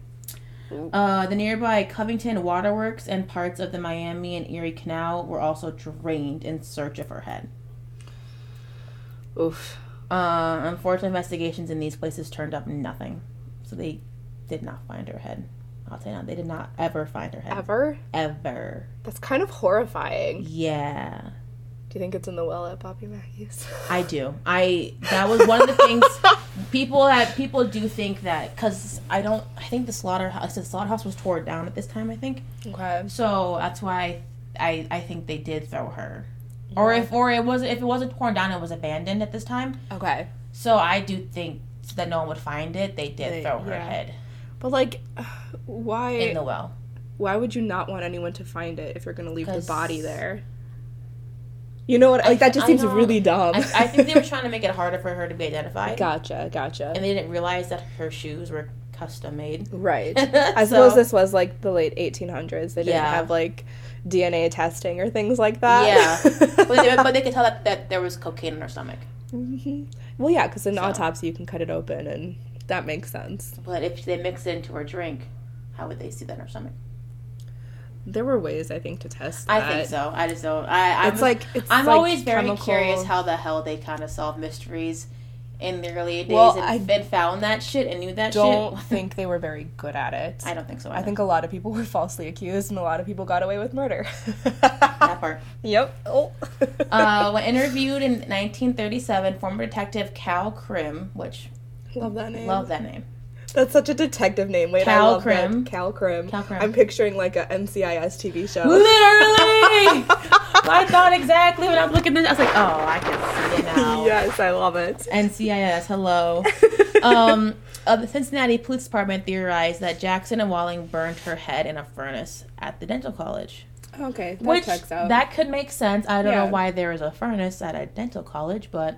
Speaker 1: Ooh.
Speaker 2: Uh, the nearby Covington Waterworks and parts of the Miami and Erie Canal were also drained in search of her head.
Speaker 1: Oof.
Speaker 2: Uh, unfortunately, investigations in these places turned up nothing, so they did not find her head. I'll tell you now, they did not ever find her head
Speaker 1: Ever?
Speaker 2: ever.
Speaker 1: That's kind of horrifying.
Speaker 2: Yeah.
Speaker 1: Do you think it's in the well at Bobby Mackey's?
Speaker 2: I do. I that was one of the
Speaker 1: *laughs*
Speaker 2: things people that people do think that because I don't. I think the slaughterhouse. The slaughterhouse was torn down at this time. I think
Speaker 1: okay.
Speaker 2: so. That's why I I think they did throw her, or if or it was if it wasn't torn down, it was abandoned at this time.
Speaker 1: Okay.
Speaker 2: So I do think that no one would find it. They did
Speaker 1: They-
Speaker 2: throw her
Speaker 1: yeah.
Speaker 2: head
Speaker 1: But like, why?
Speaker 2: in the well.
Speaker 1: why would you not want anyone to find it if you're gonna leave the
Speaker 2: 'Cause-
Speaker 1: body there? You know what? Like that just
Speaker 2: I
Speaker 1: seems
Speaker 2: don't-
Speaker 1: really dumb.
Speaker 2: I, I think they were trying to make it harder for her to be
Speaker 1: *laughs*
Speaker 2: identified,
Speaker 1: gotcha. Gotcha.
Speaker 2: and they didn't realize that her shoes were custom made.
Speaker 1: Right. *laughs*
Speaker 2: So- *laughs*
Speaker 1: I suppose this was like the late 1800s. They didn't
Speaker 2: Yeah.
Speaker 1: have like DNA testing or things like that. *laughs*
Speaker 2: Yeah. but, they, but they could tell that, that there was cocaine in her stomach.
Speaker 1: Mhm. Well, yeah, because in
Speaker 2: So.
Speaker 1: autopsy you can cut it open, and that makes sense.
Speaker 2: But if they mix it into her drink, how would they see that in her stomach?
Speaker 1: There were ways I think to test.
Speaker 2: I
Speaker 1: That.
Speaker 2: think so. I just don't. I, I'm,
Speaker 1: It's like it's
Speaker 2: I'm
Speaker 1: like
Speaker 2: always very
Speaker 1: chemical-
Speaker 2: curious how the hell they kind of solve mysteries in the early days
Speaker 1: Well,
Speaker 2: and,
Speaker 1: I
Speaker 2: and found that shit and knew that
Speaker 1: don't
Speaker 2: shit.
Speaker 1: think they were very good at it.
Speaker 2: *laughs* I don't think so.
Speaker 1: I think a lot of people *laughs* were falsely accused, and a lot of people got away with
Speaker 2: *laughs*
Speaker 1: murder.
Speaker 2: that
Speaker 1: *laughs*
Speaker 2: part.
Speaker 1: yep. Oh. *laughs*
Speaker 2: Uh, when interviewed in 1937, former detective Cal Krim, which
Speaker 1: love that name.
Speaker 2: love that name,
Speaker 1: That's such a detective name. Wait,
Speaker 2: Cal
Speaker 1: I love that.
Speaker 2: Krim.
Speaker 1: Cal Krim.
Speaker 2: Cal Krim.
Speaker 1: I'm picturing like a NCIS TV show.
Speaker 2: literally. I thought exactly when I was looking at this. I was like, oh, I can see it
Speaker 1: *laughs*
Speaker 2: now.
Speaker 1: yes, I love it. *laughs*
Speaker 2: NCIS, hello. um, uh, the Cincinnati Police Department theorized that Jackson and Walling burned her head in a furnace at the dental college.
Speaker 1: okay, that
Speaker 2: which
Speaker 1: checks out.
Speaker 2: that could make sense. I don't know
Speaker 1: Yeah.
Speaker 2: why there is a furnace at a dental college, but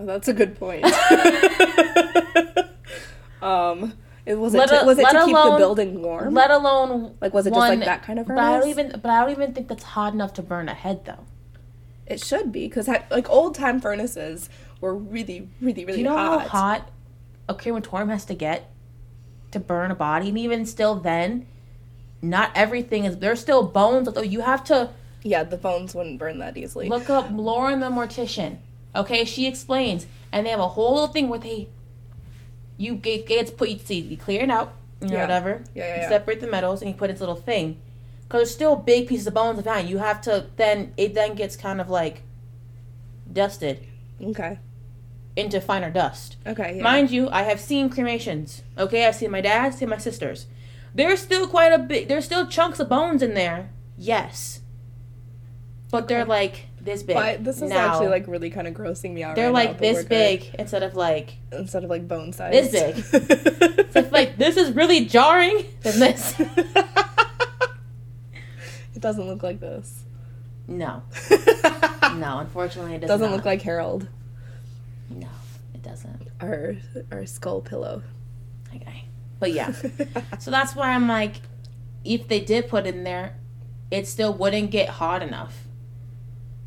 Speaker 1: Oh, that's a good
Speaker 2: *laughs*
Speaker 1: point. *laughs* um, it was it
Speaker 2: Let
Speaker 1: to,
Speaker 2: a-
Speaker 1: was it
Speaker 2: let
Speaker 1: to keep the
Speaker 2: alone-
Speaker 1: building warm?
Speaker 2: let alone
Speaker 1: like was it just
Speaker 2: one-
Speaker 1: like that kind of
Speaker 2: But I
Speaker 1: furnace?
Speaker 2: don't even. But I don't even think that's hot enough to burn a head, though.
Speaker 1: it should be because like old time furnaces were really really
Speaker 2: Do
Speaker 1: really
Speaker 2: you know
Speaker 1: hot.
Speaker 2: how hot a crematorium has to get to burn a body, and even still, then not everything is. There's still bones. Though you have to.
Speaker 1: Yeah, the bones wouldn't burn that easily.
Speaker 2: Look up Lauren the mortician. Okay, she explains, and they have a whole thing where they you get gets put you see you clear it out, you know
Speaker 1: Yeah.
Speaker 2: whatever.
Speaker 1: Yeah, yeah,
Speaker 2: you
Speaker 1: yeah.
Speaker 2: Separate the metals and you put its little thing, because there's still big pieces of bones of mine. You have to then it then gets kind of like dusted
Speaker 1: okay,
Speaker 2: into finer dust.
Speaker 1: okay, yeah.
Speaker 2: Mind you, I have seen cremations. Okay, I've seen my dad's, seen my sister's. There's still quite a bit. There's still chunks of bones in there. Yes, but they're like this big.
Speaker 1: but this is
Speaker 2: now.
Speaker 1: actually like really kind of grossing me out.
Speaker 2: they're
Speaker 1: right now,
Speaker 2: like
Speaker 1: but
Speaker 2: this
Speaker 1: we're good.
Speaker 2: big instead of like
Speaker 1: instead of like bone size.
Speaker 2: This big.
Speaker 1: *laughs* big.
Speaker 2: so it's like this is really jarring
Speaker 1: *laughs*
Speaker 2: than this.
Speaker 1: it doesn't look like
Speaker 2: *laughs*
Speaker 1: this.
Speaker 2: No,
Speaker 1: doesn't
Speaker 2: no, unfortunately it does not.
Speaker 1: look like Harold.
Speaker 2: no, it doesn't.
Speaker 1: Our our skull pillow.
Speaker 2: Okay,
Speaker 1: *laughs*
Speaker 2: but yeah. So that's why I'm like, if they did put in there, it still wouldn't get hot enough.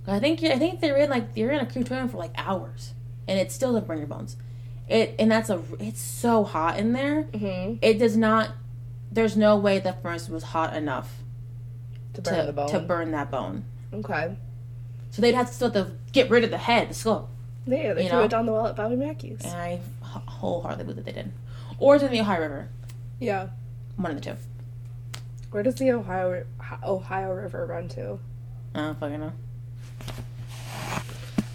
Speaker 2: 'Cause I think I think they're in like they're in a crematorium for like hours, and it still doesn't burn your bones. It and that's a it's so hot in there.
Speaker 1: hmm
Speaker 2: It does not. There's no way the furnace was hot enough
Speaker 1: To burn
Speaker 2: to
Speaker 1: the bone.
Speaker 2: to burn that bone.
Speaker 1: okay.
Speaker 2: So they'd have to still have to get rid of the head, the skull.
Speaker 1: Yeah, they
Speaker 2: You
Speaker 1: threw
Speaker 2: know?
Speaker 1: it down the wall at Bobby Mackey's.
Speaker 2: And I wh- wholeheartedly believe that they did. Or it's in the Ohio River.
Speaker 1: Yeah.
Speaker 2: One of the two.
Speaker 1: Where does the Ohio Ohio River run to?
Speaker 2: I don't fucking know.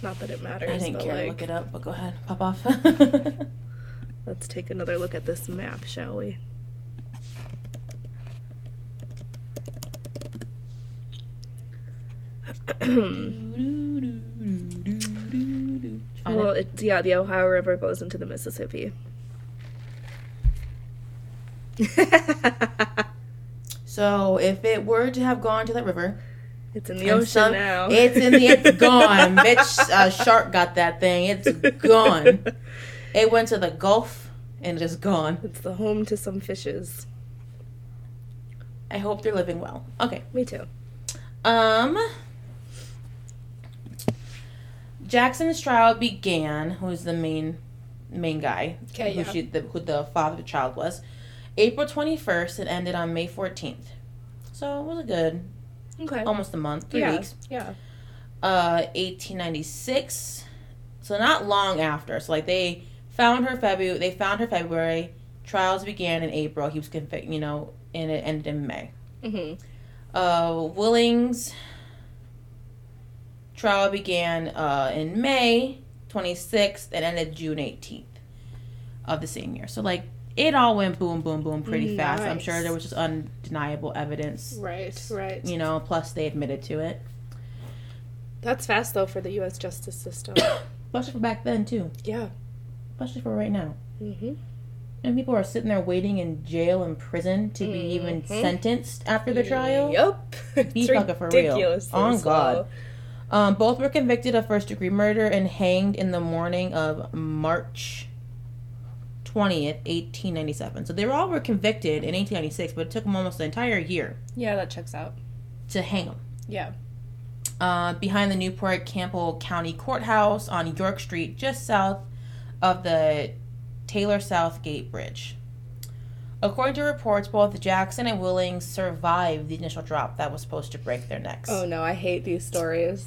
Speaker 1: Not that it matters.
Speaker 2: I didn't
Speaker 1: but
Speaker 2: care to
Speaker 1: like,
Speaker 2: look it up, but go ahead. Pop off. *laughs*
Speaker 1: let's take another look at this map, shall we? Well,
Speaker 2: well,
Speaker 1: it's yeah, the Ohio River goes into the Mississippi. *laughs*
Speaker 2: so if it were to have gone to that river,
Speaker 1: It's in the ocean
Speaker 2: some-
Speaker 1: now.
Speaker 2: It's in the
Speaker 1: *laughs*
Speaker 2: it's gone. Bitch, uh, shark got that thing. It's gone. It went to the Gulf and it is gone.
Speaker 1: It's the home to some fishes.
Speaker 2: I hope they're living well. Okay.
Speaker 1: Me too.
Speaker 2: Um. Jackson's trial began. Who's the main main guy?
Speaker 3: Okay,
Speaker 2: who
Speaker 3: yeah.
Speaker 2: she the, who the father of the child was. April twenty first. It ended on May fourteenth. So it was a good
Speaker 1: Okay.
Speaker 2: almost a month, three
Speaker 1: Yeah.
Speaker 2: weeks.
Speaker 1: yeah.
Speaker 2: Uh, 1896. So not long after. So like they found her February. They found her February. Trials began in April. He was convicted, you know, and it ended in May.
Speaker 1: Mm-hmm.
Speaker 2: Uh, Willings trial began uh, in May 26th and ended June 18th of the same year. So like it all went boom, boom, boom pretty fast. I'm sure
Speaker 1: Mm, Nice.
Speaker 2: there was just undeniable evidence,
Speaker 3: Right, right.
Speaker 2: you know. Plus they admitted to it,
Speaker 1: That's fast though for the U.S. justice
Speaker 2: *coughs*
Speaker 1: system.
Speaker 2: especially for back then too,
Speaker 1: yeah.
Speaker 2: especially for right now.
Speaker 1: Mm-hmm.
Speaker 2: And people are sitting there waiting in jail and prison to be even
Speaker 1: Mhm.
Speaker 2: sentenced after the trial.
Speaker 1: Yup. *laughs*
Speaker 2: Be
Speaker 1: It's
Speaker 2: fucking for real.
Speaker 1: ridiculously
Speaker 2: On God.
Speaker 1: slow.
Speaker 2: Um, both were convicted of first degree murder and hanged in the morning of March 20th, 1897. So they were all were convicted in 1896, but it took them almost the entire year
Speaker 3: Yeah, that checks out.
Speaker 2: to hang them.
Speaker 3: Yeah.
Speaker 2: Uh, behind the Newport Campbell County Courthouse on York Street, just south of the Taylor Southgate Bridge. According to reports, both Jackson and Willings survived the initial drop that was supposed to break their necks
Speaker 1: Oh no, I hate these stories.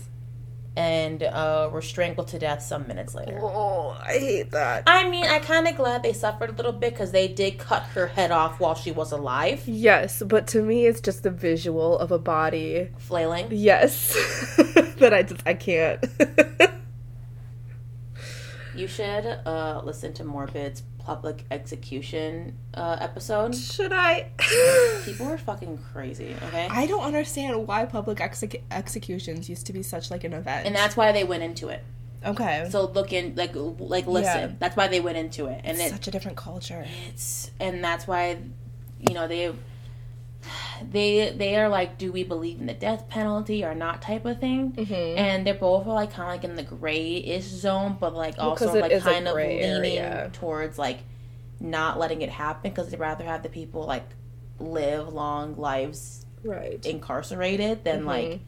Speaker 2: and uh, were strangled to death some minutes later.
Speaker 1: Oh, I hate that.
Speaker 2: I mean, I kind of glad they suffered a little bit because they did cut her head off while she was alive,
Speaker 1: Yes, but to me, it's just the visual of a body.
Speaker 2: flailing.
Speaker 1: Yes, *laughs* that I just I can't. *laughs*
Speaker 2: You should uh, listen to Morbid's public execution uh, episode.
Speaker 1: Should I?
Speaker 2: People are fucking crazy, okay?
Speaker 1: *laughs* I don't understand why public exec- executions used to be such like an event.
Speaker 2: And that's why they went into it.
Speaker 1: okay.
Speaker 2: So look in, like, like listen.
Speaker 1: Yeah.
Speaker 2: That's why they went into it, and it,
Speaker 1: such a different culture.
Speaker 2: it's and that's why, you know, they, they they are like, do we believe in the death penalty or not type of thing.
Speaker 1: Mm-hmm.
Speaker 2: and they're both like kind of like in the grayish zone, but like also
Speaker 1: Because it
Speaker 2: like
Speaker 1: is a
Speaker 2: kind of
Speaker 1: gray
Speaker 2: leaning
Speaker 1: area.
Speaker 2: towards like not letting it happen because they'd rather have the people like live long lives
Speaker 1: Right.
Speaker 2: incarcerated
Speaker 1: Mm-hmm.
Speaker 2: than like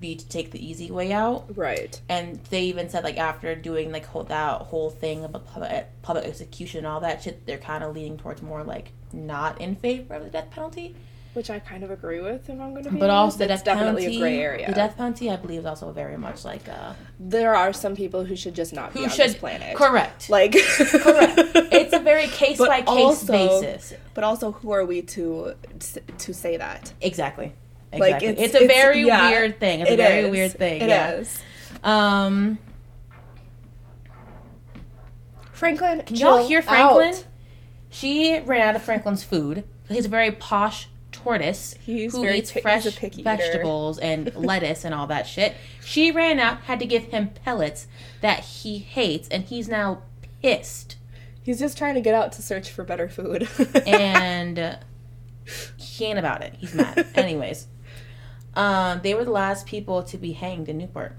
Speaker 2: be to take the easy way out.
Speaker 1: Right.
Speaker 2: And they even said like after doing like whole, that whole thing about public, public execution and all that shit, they're kind of leaning towards more like not in favor of the death penalty,
Speaker 1: Which I kind of agree with, if I'm going to be.
Speaker 2: but also
Speaker 1: honest. Mm,
Speaker 2: the
Speaker 1: It's
Speaker 2: death
Speaker 1: definitely
Speaker 2: penalty,
Speaker 1: a gray area.
Speaker 2: The death penalty, I believe, is also very much like uh,
Speaker 1: there are some people who should just not be
Speaker 2: Who
Speaker 1: on
Speaker 2: should-
Speaker 1: this planet.
Speaker 2: correct.
Speaker 1: Like *laughs* correct.
Speaker 2: it's a very case by case
Speaker 1: also-
Speaker 2: basis.
Speaker 1: But also, who are we to to say that?
Speaker 2: Exactly. Exactly.
Speaker 1: Like,
Speaker 2: it's,
Speaker 1: it's-
Speaker 2: a
Speaker 1: it's-
Speaker 2: very
Speaker 1: yeah.
Speaker 2: weird thing. It's
Speaker 1: It
Speaker 2: a
Speaker 1: is
Speaker 2: very weird thing.
Speaker 1: It
Speaker 2: yeah.
Speaker 1: is.
Speaker 2: Um
Speaker 1: Franklin,
Speaker 2: can y'all
Speaker 1: chill
Speaker 2: hear Franklin?
Speaker 1: out.
Speaker 2: She ran out of Franklin's food. He's a very posh tortoise
Speaker 1: He's
Speaker 2: who
Speaker 1: very
Speaker 2: eats
Speaker 1: pi- he's
Speaker 2: fresh
Speaker 1: a picky eater.
Speaker 2: vegetables
Speaker 1: *laughs*
Speaker 2: and lettuce and all that shit. She ran out, had to give him pellets that he hates, and he's now pissed.
Speaker 1: He's just trying to get out to search for better food. *laughs*
Speaker 2: and uh, he ain't about it. He's mad. Anyways, um, they were the last people to be hanged in Newport.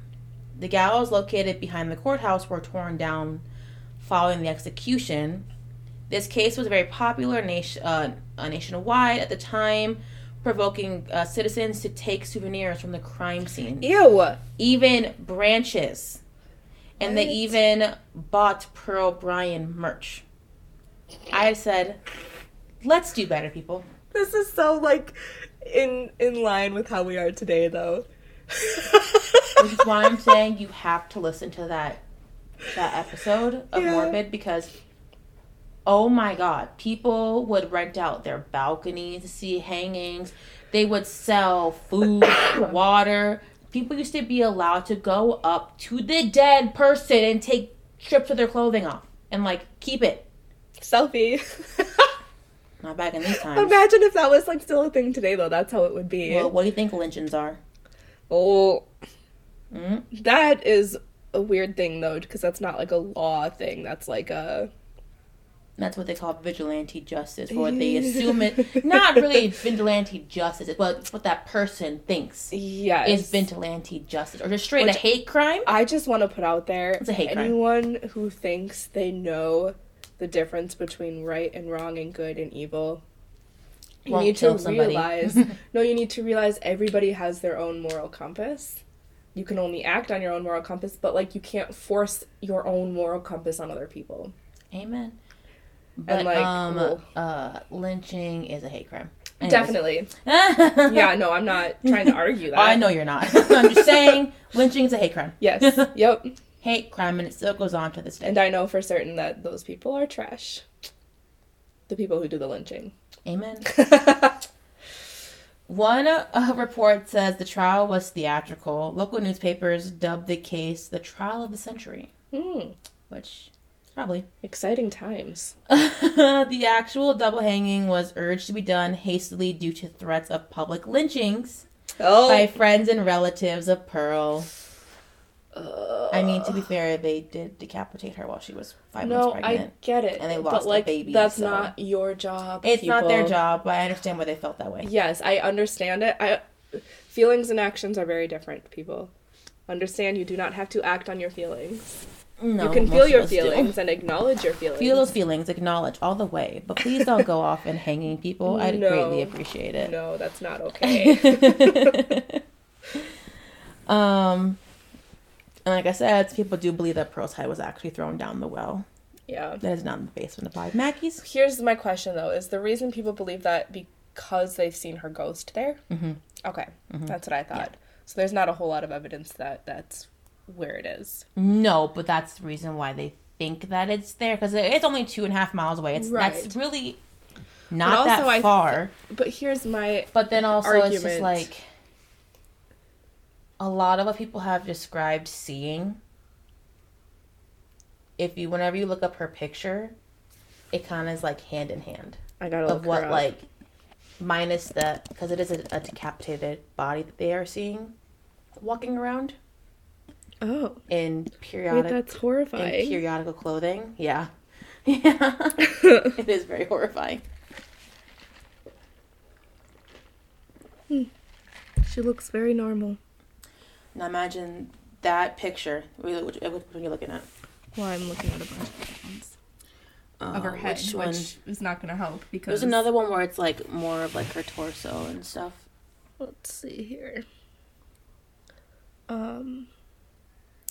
Speaker 2: The gallows located behind the courthouse were torn down following the execution. This case was very popular nation, uh, uh, nationwide at the time, provoking uh, citizens to take souvenirs from the crime scene,
Speaker 1: Ew.
Speaker 2: even branches. And they
Speaker 1: What?
Speaker 2: even bought Pearl Bryan merch. I said, let's do better, people.
Speaker 1: This is so like in in line with how we are today
Speaker 2: *laughs*
Speaker 1: though.
Speaker 2: Which is why I'm saying you have to listen to that that episode of
Speaker 1: Yeah.
Speaker 2: Morbid because oh my god, people would rent out their balconies to see hangings. They would sell *coughs* food, water. People used to be allowed to go up to the dead person and take strips of their clothing off and like keep it.
Speaker 1: *laughs*
Speaker 2: *laughs*
Speaker 1: Selfie.
Speaker 2: Not back in these times.
Speaker 1: Imagine if that was like still a thing today though. That's how it would be.
Speaker 2: Well, what do you think lynchings are?
Speaker 1: oh,
Speaker 2: Mm?
Speaker 1: that is a weird thing though because that's not like a law thing. That's like a
Speaker 2: That's what they call vigilante justice, or
Speaker 1: *laughs*
Speaker 2: they assume it. Not really vigilante justice, but it's what that person thinks
Speaker 1: Yes.
Speaker 2: is vigilante justice, or just straight
Speaker 1: Which-
Speaker 2: a hate crime.
Speaker 1: I just want to put out there
Speaker 2: It's a hate crime.
Speaker 1: anyone who thinks they know the difference between right and wrong and good and evil. You
Speaker 2: Won't
Speaker 1: need to
Speaker 2: kill somebody.
Speaker 1: realize no, you need to realize everybody has their own moral compass. You can only act on your own moral compass, but like you can't force your own moral compass on other people.
Speaker 2: *laughs* Amen. But
Speaker 1: like,
Speaker 2: um,
Speaker 1: well-
Speaker 2: uh, lynching is a hate crime. *laughs*
Speaker 1: Definitely.
Speaker 2: Definitely.
Speaker 1: Yeah, no, I'm
Speaker 2: *laughs*
Speaker 1: not trying to argue that.
Speaker 2: I know you're not. *laughs* I'm just saying lynching is a hate crime. *laughs*
Speaker 1: Yes. yep.
Speaker 2: hate crime, and it still goes on to this day.
Speaker 1: And I know for certain that those people are trash. The people who do the lynching. *laughs*
Speaker 2: Amen. One uh, report says the trial was theatrical. Local newspapers dubbed the case the trial of the century,
Speaker 1: Hmm.
Speaker 2: which probably. *laughs*
Speaker 1: Exciting times.
Speaker 2: the actual double hanging was urged to be done hastily due to threats of public lynchings
Speaker 1: Oh,
Speaker 2: by friends and relatives of Pearl.
Speaker 1: uh,
Speaker 2: I mean, to be fair, they did decapitate her while she was five
Speaker 1: no,
Speaker 2: months pregnant.
Speaker 1: I get it.
Speaker 2: and they
Speaker 1: but
Speaker 2: lost a
Speaker 1: like,
Speaker 2: baby,
Speaker 1: That's
Speaker 2: so-
Speaker 1: not your job.
Speaker 2: It's not their
Speaker 1: people.
Speaker 2: job, but I understand why they felt that way.
Speaker 1: Yes, I understand it. I feelings and actions are very different, people. Understand you do not have to act on your feelings.
Speaker 2: No,
Speaker 1: you can
Speaker 2: most
Speaker 1: feel
Speaker 2: of
Speaker 1: your
Speaker 2: us do.
Speaker 1: feelings and acknowledge your feelings.
Speaker 2: Feel those feelings, acknowledge all the way, but please don't go off and hanging people. I'd
Speaker 1: No.
Speaker 2: greatly appreciate it.
Speaker 1: no, that's
Speaker 2: *laughs*
Speaker 1: not okay.
Speaker 2: *laughs* um, and like I said, people do believe that Pearl's head was actually thrown down the well.
Speaker 1: yeah.
Speaker 2: That is not in the basement of Five Mackey's.
Speaker 1: Here's my question though: Is the reason people believe that because they've seen her ghost there?
Speaker 2: Mm-hmm.
Speaker 1: Okay, that's what I thought. So there's not a whole lot of evidence that that's where it is.
Speaker 2: No, but that's the reason why they think that it's there because it's only two and a half miles away. It's that's
Speaker 1: Right.
Speaker 2: really not
Speaker 1: also I
Speaker 2: that
Speaker 1: th-
Speaker 2: far.
Speaker 1: But here's my
Speaker 2: But then also, it's just
Speaker 1: argument.
Speaker 2: like a lot of what people have described seeing. If you, whenever you look up her picture, it kind of is like hand in hand
Speaker 1: I gotta look
Speaker 2: of
Speaker 1: her
Speaker 2: what
Speaker 1: up.
Speaker 2: like minus the because it is a, a decapitated body that they are seeing walking around
Speaker 1: oh
Speaker 2: in
Speaker 1: wait
Speaker 2: periodic
Speaker 1: that's
Speaker 2: in
Speaker 1: horrifying.
Speaker 2: periodical clothing. Yeah, *laughs*
Speaker 1: *laughs*
Speaker 2: yeah, it is very horrifying.
Speaker 1: She looks very normal.
Speaker 2: Now imagine that picture. Which, which, which one you looking at?
Speaker 1: Well, I'm looking at a bunch of ones of her
Speaker 2: Uh,
Speaker 1: head,
Speaker 2: which
Speaker 1: which,
Speaker 2: one?
Speaker 1: is not gonna help because
Speaker 2: There's another one where it's like more of like her torso and stuff.
Speaker 1: Let's see here. Um,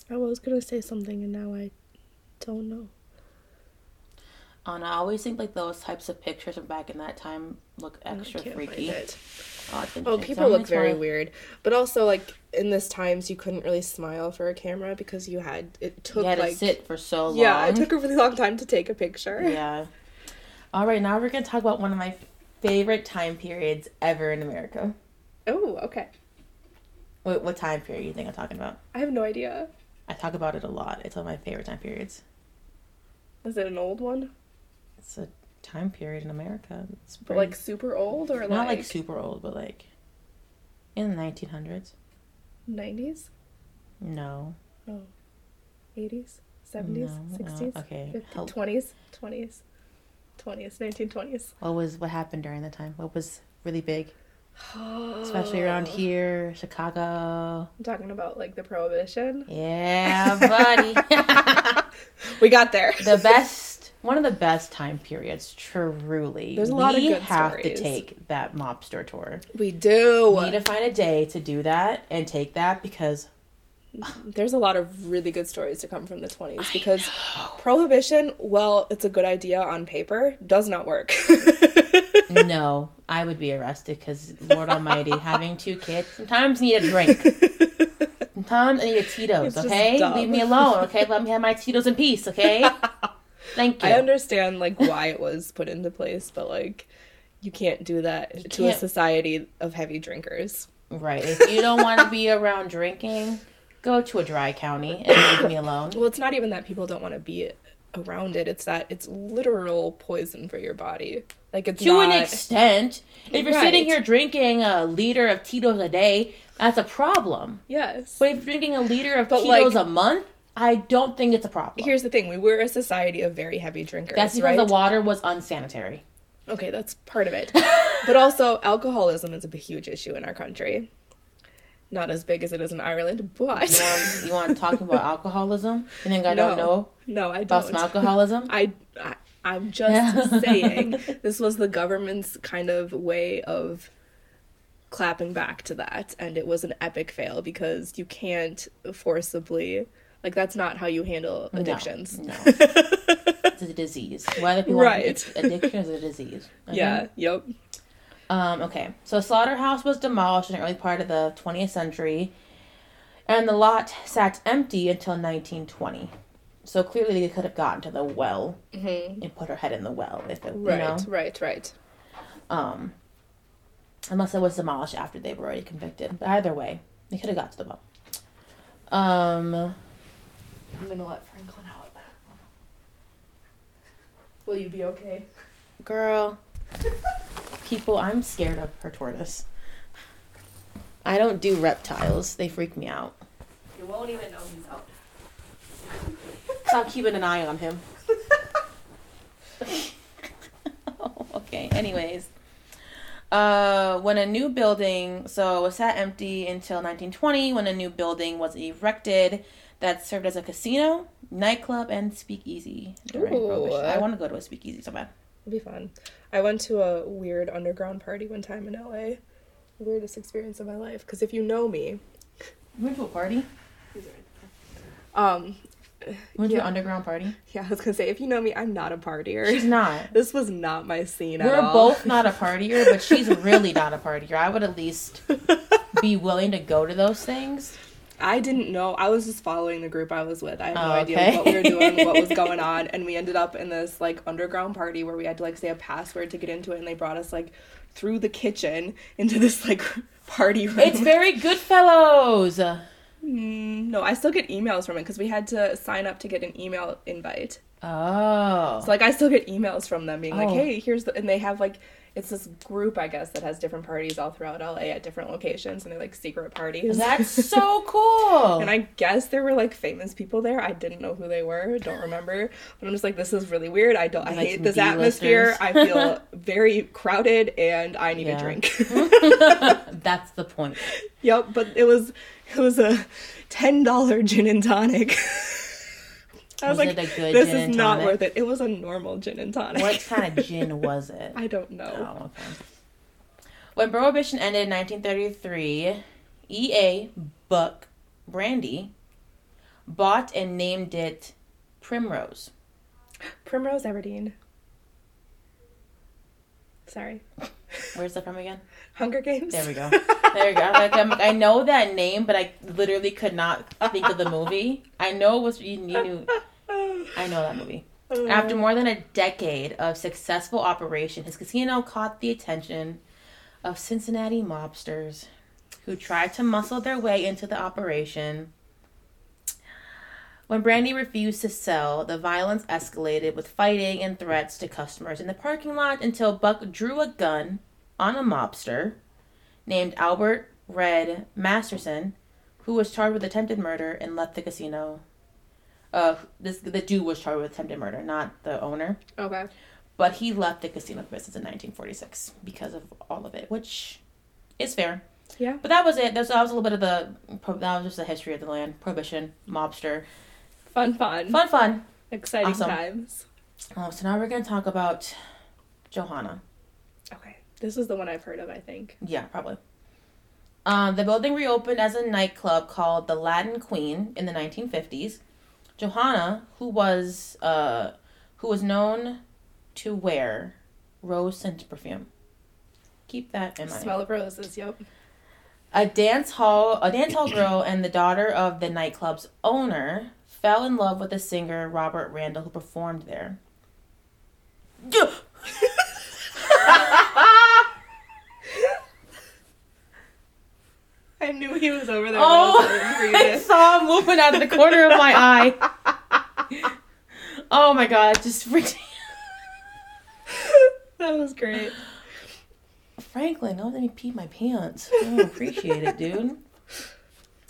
Speaker 1: I was gonna say something and now I don't know.
Speaker 2: And I always think like those types of pictures from back in that time look
Speaker 1: I
Speaker 2: extra
Speaker 1: can't
Speaker 2: freaky.
Speaker 1: Find it.
Speaker 2: Oh, it's
Speaker 1: Oh,
Speaker 2: interesting.
Speaker 1: people
Speaker 2: Someone
Speaker 1: look
Speaker 2: makes
Speaker 1: very
Speaker 2: one of-
Speaker 1: weird, but also like in this times you couldn't really smile for a camera because you had it took
Speaker 2: You had
Speaker 1: like
Speaker 2: to sit for so long.
Speaker 1: yeah, it took a really long time to take a picture.
Speaker 2: yeah. All right, now we're gonna talk about one of my favorite time periods ever in America.
Speaker 1: Oh, okay.
Speaker 2: Wait, what time period you think I'm talking about?
Speaker 1: I have no idea.
Speaker 2: I talk about it a lot. It's one of my favorite time periods.
Speaker 1: Is it an old one?
Speaker 2: It's a time period in America. It's
Speaker 1: But
Speaker 2: pretty-
Speaker 1: like super old or
Speaker 2: not like
Speaker 1: like
Speaker 2: super old, but like in the 1900s.
Speaker 1: nineties?
Speaker 2: No.
Speaker 1: No. Eighties? Seventies?
Speaker 2: No, no,
Speaker 1: Sixties?
Speaker 2: Okay. Help.
Speaker 1: Fifties? Twenties? Twenties. Twenties. Nineteen twenties.
Speaker 2: What was what happened during the time? What was
Speaker 1: *sighs*
Speaker 2: really big, especially around here,
Speaker 1: *laughs*
Speaker 2: Chicago?
Speaker 1: I'm talking about like the prohibition.
Speaker 2: Yeah, buddy. *laughs*
Speaker 1: We got there.
Speaker 2: the best, one of the best time periods. Truly,
Speaker 1: There's a lot of
Speaker 2: we
Speaker 1: good
Speaker 2: have
Speaker 1: stories.
Speaker 2: to take that mobster tour.
Speaker 1: We do.
Speaker 2: We need to find a day to do that and take
Speaker 1: *laughs*
Speaker 2: that because
Speaker 1: There's a lot of really good stories to come from the 20s because prohibition, well, it's a good idea on paper, does not
Speaker 2: *laughs*
Speaker 1: work.
Speaker 2: no, I would be arrested because Lord Almighty, having two kids, sometimes you need a drink. Mm.
Speaker 1: *laughs*
Speaker 2: Sometimes I need a Tito's,
Speaker 1: It's just
Speaker 2: okay?
Speaker 1: dumb.
Speaker 2: Leave me alone, okay? Let me have my Tito's in
Speaker 1: *laughs*
Speaker 2: peace, okay? Thank you.
Speaker 1: I understand like why it was put into place, but like you can't do that to a
Speaker 2: can't.
Speaker 1: society of heavy drinkers.
Speaker 2: right. If you don't want to be around drinking, go to a dry county and leave me alone.
Speaker 1: Well, it's not even that people don't want to be around it; it's that it's literal poison for your body. Like it's
Speaker 2: To
Speaker 1: not.
Speaker 2: an extent, if you're sitting
Speaker 1: Right.
Speaker 2: here drinking a liter of Tito's a day, that's a problem.
Speaker 1: yes,
Speaker 2: But if you're drinking a liter of
Speaker 1: But,
Speaker 2: Tito's
Speaker 1: like,
Speaker 2: a month, I don't think it's a problem.
Speaker 1: Here's the thing: we were a society of very heavy drinkers.
Speaker 2: That's because
Speaker 1: right?
Speaker 2: the water was unsanitary.
Speaker 1: Okay, that's part of
Speaker 2: *laughs*
Speaker 1: it. but also, alcoholism is a b- huge issue in our country. Not as big as it is in Ireland, but
Speaker 2: You want, you want to talk about alcoholism? You think I don't know
Speaker 1: *laughs* No, I
Speaker 2: about
Speaker 1: don't.
Speaker 2: some alcoholism?
Speaker 1: *laughs* I, I I'm
Speaker 2: *laughs*
Speaker 1: just saying this was the government's kind of way of clapping back to that, and it was an epic fail because you can't forcibly like that's not how you handle
Speaker 2: No,
Speaker 1: addictions.
Speaker 2: No, it's a disease. Whether people want
Speaker 1: Right.
Speaker 2: to- addiction is a disease. okay?
Speaker 1: *laughs* Yeah. Yep.
Speaker 2: Um, okay, so slaughterhouse was demolished in the early part of the 20th century, and the lot sat empty until 1920. So clearly, they could have gotten to the well and put her head in the well if it,
Speaker 1: Right.
Speaker 2: Mm-hmm. you know,
Speaker 1: Right. Right.
Speaker 2: um, unless it was demolished after they were already convicted. But either way, they could have got to the well. Um,
Speaker 1: I'm gonna let Franklin out. Will you be okay?
Speaker 2: girl, people, I'm scared of her tortoise. I don't do reptiles; they freak me out.
Speaker 1: You won't even know he's
Speaker 2: *laughs*
Speaker 1: out.
Speaker 2: So I'm keeping an eye on him. *laughs* okay, anyways. Uh, when a new building, so it was sat empty until 1920 when a new building was erected that served as a casino, nightclub, and speakeasy during
Speaker 1: Ooh.
Speaker 2: Prohibition. I want to go to a speakeasy so bad.
Speaker 1: It'll be fun. I went to a weird underground party one time in LA. Weirdest experience of my life. Because if you know me,
Speaker 2: You went to a party? You
Speaker 1: um, *laughs*
Speaker 2: went to
Speaker 1: Yeah.
Speaker 2: an underground party?
Speaker 1: yeah, I was gonna say if you know me, I'm not a partier.
Speaker 2: She's not.
Speaker 1: *laughs* This was not my scene
Speaker 2: We're
Speaker 1: at all.
Speaker 2: both not a partier, but she's really not a partier. I would at
Speaker 1: *laughs*
Speaker 2: least be willing to go to those things.
Speaker 1: I didn't know. I was just following the group I was with. I had no
Speaker 2: Oh,
Speaker 1: idea
Speaker 2: okay.
Speaker 1: what we were doing, what was
Speaker 2: *laughs*
Speaker 1: going on, and we ended up in this like underground party where we had to like say a password to get into it, and they brought us like through the kitchen into this *laughs* like party room.
Speaker 2: It's very good, fellows. Oh,
Speaker 1: *laughs* Mm, no, I still get emails from it because we had to sign up to get an email invite. So like I still get emails from them being like,
Speaker 2: Oh.
Speaker 1: "Hey, here's the," and they have like it's this group I guess that has different parties all throughout LA at different locations, and they're like secret parties. *laughs*
Speaker 2: that's so cool.
Speaker 1: And I guess there were like famous people there. I didn't know who they were. Don't remember. But I'm just like, this is really weird. I don't. I
Speaker 2: Like
Speaker 1: hate
Speaker 2: some
Speaker 1: this atmosphere.
Speaker 2: D-listers.
Speaker 1: I
Speaker 2: *laughs*
Speaker 1: feel very crowded, and I need a
Speaker 2: Yeah.
Speaker 1: drink. *laughs*
Speaker 2: that's the point.
Speaker 1: yep. But it was it was a ten dollar gin and tonic. *laughs* I was,
Speaker 2: Was
Speaker 1: like,
Speaker 2: it a good
Speaker 1: this
Speaker 2: gin
Speaker 1: is
Speaker 2: and
Speaker 1: not
Speaker 2: tonic?
Speaker 1: worth it. It was a normal gin and tonic.
Speaker 2: What kind of gin was it?
Speaker 1: *laughs* I don't know.
Speaker 2: Oh, okay. When Prohibition ended in 1933, E.A. Buck Brandy bought and named it Primrose.
Speaker 1: Primrose Everdeen. Sorry.
Speaker 2: Where's that from again?
Speaker 1: Hunger Games.
Speaker 2: There we go. There you go. I'm like, I'm like, i know that name, but I literally could not think of the movie. I know it was you, you knew. I know that movie. After more than a decade of successful operation, his casino caught the attention of Cincinnati mobsters who tried to muscle their way into the operation. When Brandy refused to sell, the violence escalated with fighting and threats to customers in the parking lot until Buck drew a gun on a mobster named Albert Red Masterson, who was charged with attempted murder and left the casino. Uh, this the dude was charged with attempted murder, not the owner.
Speaker 1: Okay.
Speaker 2: But he left the casino business in 1946 because of all of it, which is fair.
Speaker 1: Yeah.
Speaker 2: But that was it. That's- That was a little bit of the. pro- That was just the history of the land. Prohibition, mobster,
Speaker 1: Fun, fun.
Speaker 2: fun, fun.
Speaker 1: Exciting
Speaker 2: Awesome.
Speaker 1: times.
Speaker 2: Oh, so now we're gonna talk about Johanna.
Speaker 1: Okay. This is the one I've heard of, I think.
Speaker 2: Yeah, probably. Um, the building reopened as a nightclub called the Latin Queen in the 1950s. Johanna, who was uh, who was known to wear rose scented perfume. Keep that in mind.
Speaker 1: Smell of roses, yep.
Speaker 2: A dance hall, a dance hall girl, and the daughter of the nightclub's owner fell in love with the singer Robert Randall, who performed there.
Speaker 1: *laughs*
Speaker 2: *laughs*
Speaker 1: I knew he was over there.
Speaker 2: *laughs* Oh, I saw him moving out of the corner of my eye. Oh my god, just freaked me-
Speaker 1: *laughs* that was
Speaker 2: *laughs*
Speaker 1: great.
Speaker 2: Franklin, don't let me pee my pants. I don't appreciate it, dude.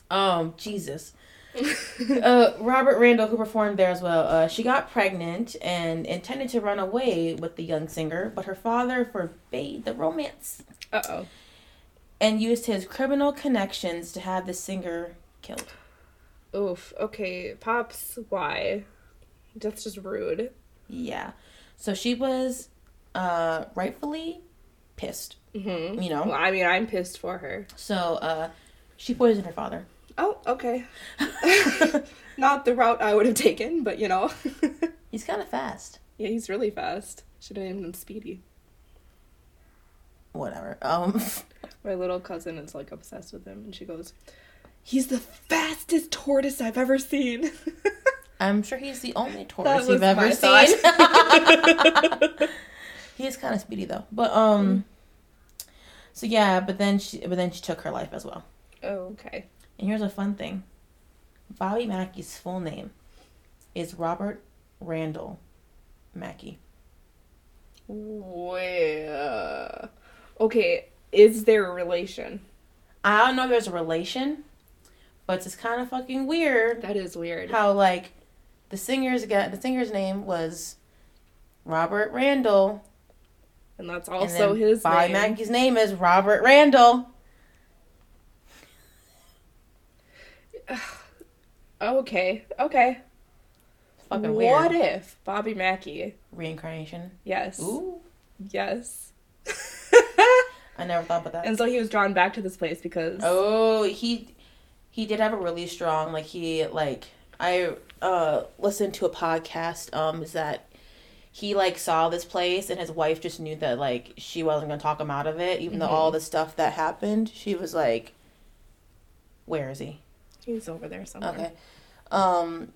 Speaker 2: Um, Jesus. uh, Robert Randall, who performed there as well, uh, she got pregnant and intended to run away with the young singer, but her father forbade the romance
Speaker 1: Uh oh.
Speaker 2: and used his criminal connections to have the singer killed.
Speaker 1: Oof. Okay, pops. Why? That's just rude.
Speaker 2: Yeah. So she was uh, rightfully pissed,
Speaker 1: Mm-hmm.
Speaker 2: you
Speaker 1: Well,
Speaker 2: know?
Speaker 1: I mean, I'm pissed for her.
Speaker 2: So uh, she poisoned her father.
Speaker 1: Oh, okay. *laughs* Not the route I would have taken, but you know.
Speaker 2: He's kind of fast.
Speaker 1: yeah, he's really fast. Should have named him Speedy.
Speaker 2: Whatever. Um, *laughs*
Speaker 1: My little cousin is like obsessed with him, and she goes, "He's the fastest tortoise I've ever seen." *laughs*
Speaker 2: I'm sure he's the only
Speaker 1: That
Speaker 2: tortoise
Speaker 1: was
Speaker 2: you've ever
Speaker 1: my
Speaker 2: seen.
Speaker 1: thought.
Speaker 2: *laughs* He is kind of speedy though. But um
Speaker 1: Mm.
Speaker 2: so yeah, but then she but then she took her life as well.
Speaker 1: oh, okay.
Speaker 2: And here's a fun thing. Bobby Mackey's full name is Robert Randall Mackey.
Speaker 1: Well, okay. Is there a relation?
Speaker 2: I don't know if there's a relation, but it's kind of fucking weird
Speaker 1: That is weird.
Speaker 2: how like the singer's got the singer's name was Robert Randall.
Speaker 1: and that's
Speaker 2: and
Speaker 1: also
Speaker 2: then
Speaker 1: his
Speaker 2: Bobby
Speaker 1: name.
Speaker 2: Mackey's name is Robert Randall.
Speaker 1: *sighs* Okay. Okay.
Speaker 2: Fucking
Speaker 1: What
Speaker 2: weird.
Speaker 1: if Bobby Mackey?
Speaker 2: Reincarnation.
Speaker 1: Yes.
Speaker 2: Ooh. *laughs*
Speaker 1: Yes.
Speaker 2: I never thought about that.
Speaker 1: and so he was drawn back to this place because
Speaker 2: Oh, he he did have a really strong like he like I uh listened to a podcast um is that he like saw this place and his wife just knew that like she wasn't gonna talk him out of it
Speaker 1: Mm-hmm.
Speaker 2: even though all the stuff that happened she was like where is he
Speaker 1: he's over there somewhere.
Speaker 2: okay um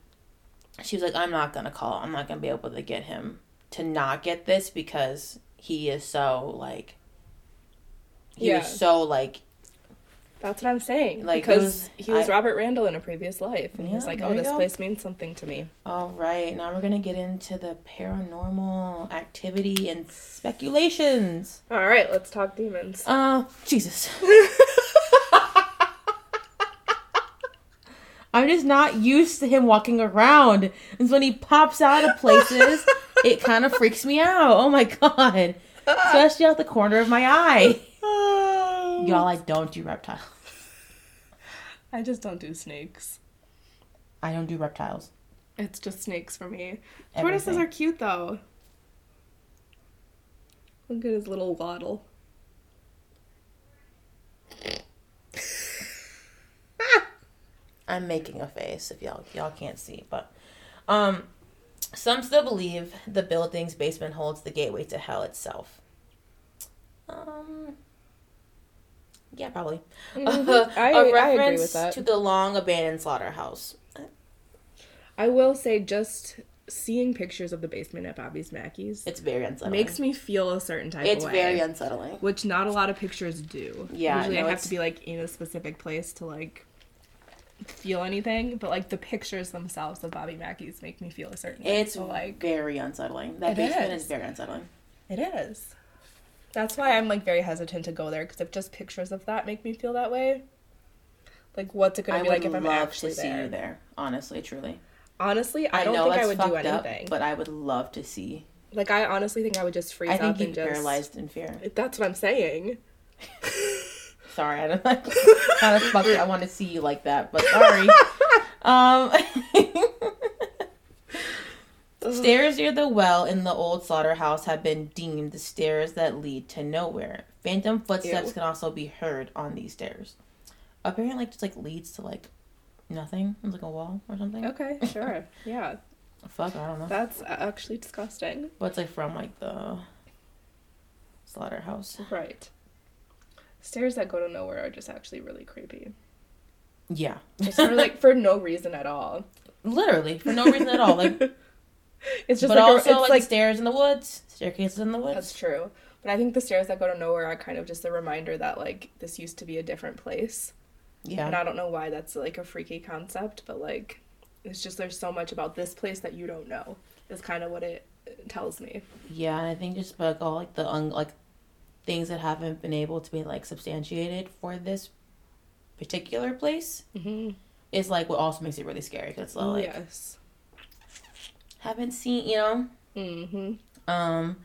Speaker 2: she was like I'm not gonna call I'm not gonna be able to get him to not get this because he is so like he
Speaker 1: Yeah.
Speaker 2: was so like
Speaker 1: That's what I'm saying.
Speaker 2: Like, it
Speaker 1: because
Speaker 2: was-
Speaker 1: he was
Speaker 2: I-
Speaker 1: Robert Randall in a previous life, and he's
Speaker 2: Yeah,
Speaker 1: like,
Speaker 2: there
Speaker 1: "Oh,
Speaker 2: you
Speaker 1: this
Speaker 2: go.
Speaker 1: place means something to me."
Speaker 2: All right, now we're gonna get into the paranormal activity and speculations.
Speaker 1: All right, let's talk demons.
Speaker 2: Uh, Jesus. I'm just not used to him walking around, and so when he pops out of places, it kind of freaks me out. Oh my god, especially out the corner of my eye. Y'all, I don't do reptiles.
Speaker 1: I just don't do snakes.
Speaker 2: I don't do reptiles.
Speaker 1: It's just snakes for me. Tortoises
Speaker 2: Everything.
Speaker 1: are cute though. Look at his little waddle.
Speaker 2: I'm making a face if y'all y'all can't see, but um some still believe the building's basement holds the gateway to hell itself. Um yeah, probably.
Speaker 1: Mm-hmm. I- I
Speaker 2: *laughs* a
Speaker 1: agree
Speaker 2: reference
Speaker 1: with that.
Speaker 2: to the long abandoned slaughterhouse.
Speaker 1: I will say, just seeing pictures of the basement at Bobby's Mackey's
Speaker 2: It's very unsettling.
Speaker 1: makes me feel a certain type
Speaker 2: it's
Speaker 1: of way.
Speaker 2: very unsettling.
Speaker 1: which not a lot of pictures do.
Speaker 2: Yeah,
Speaker 1: usually
Speaker 2: no,
Speaker 1: I have
Speaker 2: it's-
Speaker 1: to be like in a specific place to like feel anything, but like the pictures themselves of Bobby Mackey's make me feel a certain. way.
Speaker 2: It's
Speaker 1: So, like
Speaker 2: very unsettling. That
Speaker 1: It
Speaker 2: basement
Speaker 1: is.
Speaker 2: is very unsettling.
Speaker 1: it is. That's why I'm like very hesitant to go there because if just pictures of that make me feel that way, like what's it gonna
Speaker 2: I
Speaker 1: be
Speaker 2: would
Speaker 1: like if I'm
Speaker 2: love to
Speaker 1: actually
Speaker 2: see
Speaker 1: there?
Speaker 2: you there, honestly, truly.
Speaker 1: Honestly, I, don't
Speaker 2: know
Speaker 1: think I
Speaker 2: it's
Speaker 1: would do
Speaker 2: fucked up,
Speaker 1: anything.
Speaker 2: but I would love to see.
Speaker 1: Like I honestly think I would just freeze
Speaker 2: I think
Speaker 1: up and
Speaker 2: you'd
Speaker 1: just.
Speaker 2: paralyzed in fear.
Speaker 1: That's what I'm saying.
Speaker 2: Sorry, I *laughs* don't like kind of fucked. I want to see you like that, but sorry. um, stairs near the well in the old slaughterhouse have been deemed the stairs that lead to nowhere. Phantom footsteps
Speaker 1: Ew.
Speaker 2: can also be heard on these stairs. Apparently, like, just like leads to like nothing. It's like a wall or something.
Speaker 1: Okay, sure. *laughs* Yeah,
Speaker 2: Fuck, I don't know.
Speaker 1: that's actually disgusting.
Speaker 2: But it's like from like the slaughterhouse.
Speaker 1: Right. Stairs that go to nowhere are just actually really creepy.
Speaker 2: Yeah,
Speaker 1: Just for
Speaker 2: *laughs*
Speaker 1: like for no reason at all.
Speaker 2: literally for no reason at all. Like,
Speaker 1: *laughs* It's just
Speaker 2: but
Speaker 1: like a-
Speaker 2: also
Speaker 1: it's
Speaker 2: like,
Speaker 1: like
Speaker 2: stairs in the woods, staircases in the woods.
Speaker 1: that's true. But I think the stairs that go to nowhere are kind of just a reminder that like this used to be a different place.
Speaker 2: Yeah.
Speaker 1: And I don't know why that's like a freaky concept, but like it's just there's so much about this place that you don't know. Is kind of what it tells me.
Speaker 2: yeah, and I think just like all like the un- like things that haven't been able to be like substantiated for this particular place
Speaker 1: Mhm.
Speaker 2: is like what also makes it really scary because like
Speaker 1: yes.
Speaker 2: haven't seen you know
Speaker 1: hmm
Speaker 2: um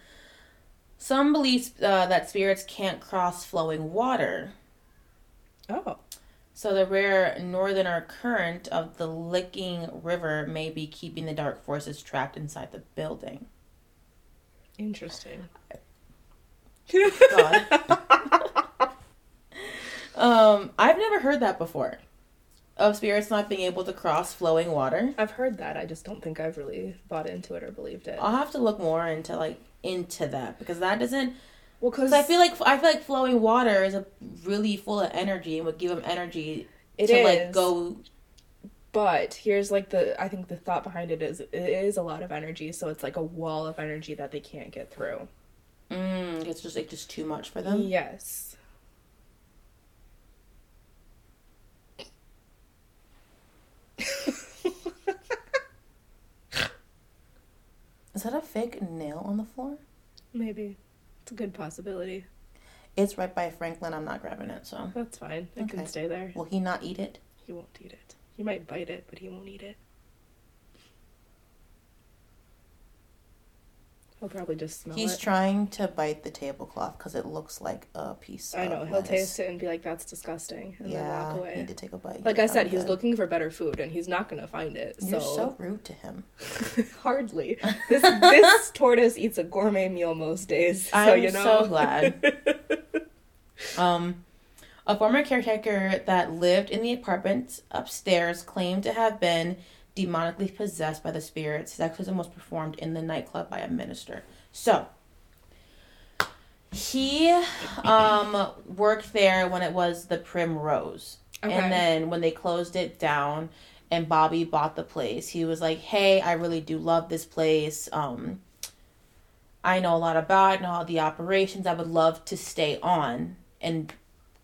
Speaker 2: some believe uh, that spirits can't cross flowing water
Speaker 1: Oh.
Speaker 2: so the rare northerner current of the licking river may be keeping the dark forces trapped inside the *laughs* building *laughs*
Speaker 1: Interesting.
Speaker 2: God. um i've never heard that before of spirits not being able to cross flowing water
Speaker 1: I've heard that. I just don't think I've really bought into it or believed it.
Speaker 2: i'll have to look more into like into that because that doesn't
Speaker 1: Well, because
Speaker 2: Because I feel like I feel like flowing water is a really full of energy and would give them energy
Speaker 1: it
Speaker 2: to
Speaker 1: is.
Speaker 2: like go.
Speaker 1: But here's like the I think the thought behind it is it is a lot of energy, so it's like a wall of energy that they can't get through.
Speaker 2: Mm, it's just like just too much for them.
Speaker 1: Yes.
Speaker 2: Is that a fake nail on the floor?
Speaker 1: Maybe. It's a good possibility.
Speaker 2: It's right by Franklin. I'm not grabbing it. So
Speaker 1: That's fine. It
Speaker 2: Okay.
Speaker 1: can stay there.
Speaker 2: will he not eat it?
Speaker 1: He won't eat it. He might bite it, but he won't eat it. He'll probably just smell
Speaker 2: He's
Speaker 1: it.
Speaker 2: trying to bite the tablecloth because it looks like a piece.
Speaker 1: I know.
Speaker 2: of
Speaker 1: He'll
Speaker 2: lettuce.
Speaker 1: taste it and be like, "That's disgusting," and then
Speaker 2: Yeah,
Speaker 1: walk
Speaker 2: I need
Speaker 1: away.
Speaker 2: to take a bite.
Speaker 1: Like I
Speaker 2: I'm
Speaker 1: said, he's
Speaker 2: good.
Speaker 1: looking for better food, and he's not gonna find it. *laughs*
Speaker 2: You're so rude to him. *laughs*
Speaker 1: Hardly. This this tortoise eats a gourmet meal most days. So
Speaker 2: I'm
Speaker 1: you know. *laughs*
Speaker 2: so glad. Um, a former caretaker that lived in the apartment upstairs claimed to have been demonically possessed by the spirits. His exorcism was performed in the nightclub by a minister. So he um worked there when it was the Primrose.
Speaker 1: Okay.
Speaker 2: And then when they closed it down and Bobby bought the place, he was like, Hey, I really do love this place. Um I know a lot about it and all the operations. I would love to stay on and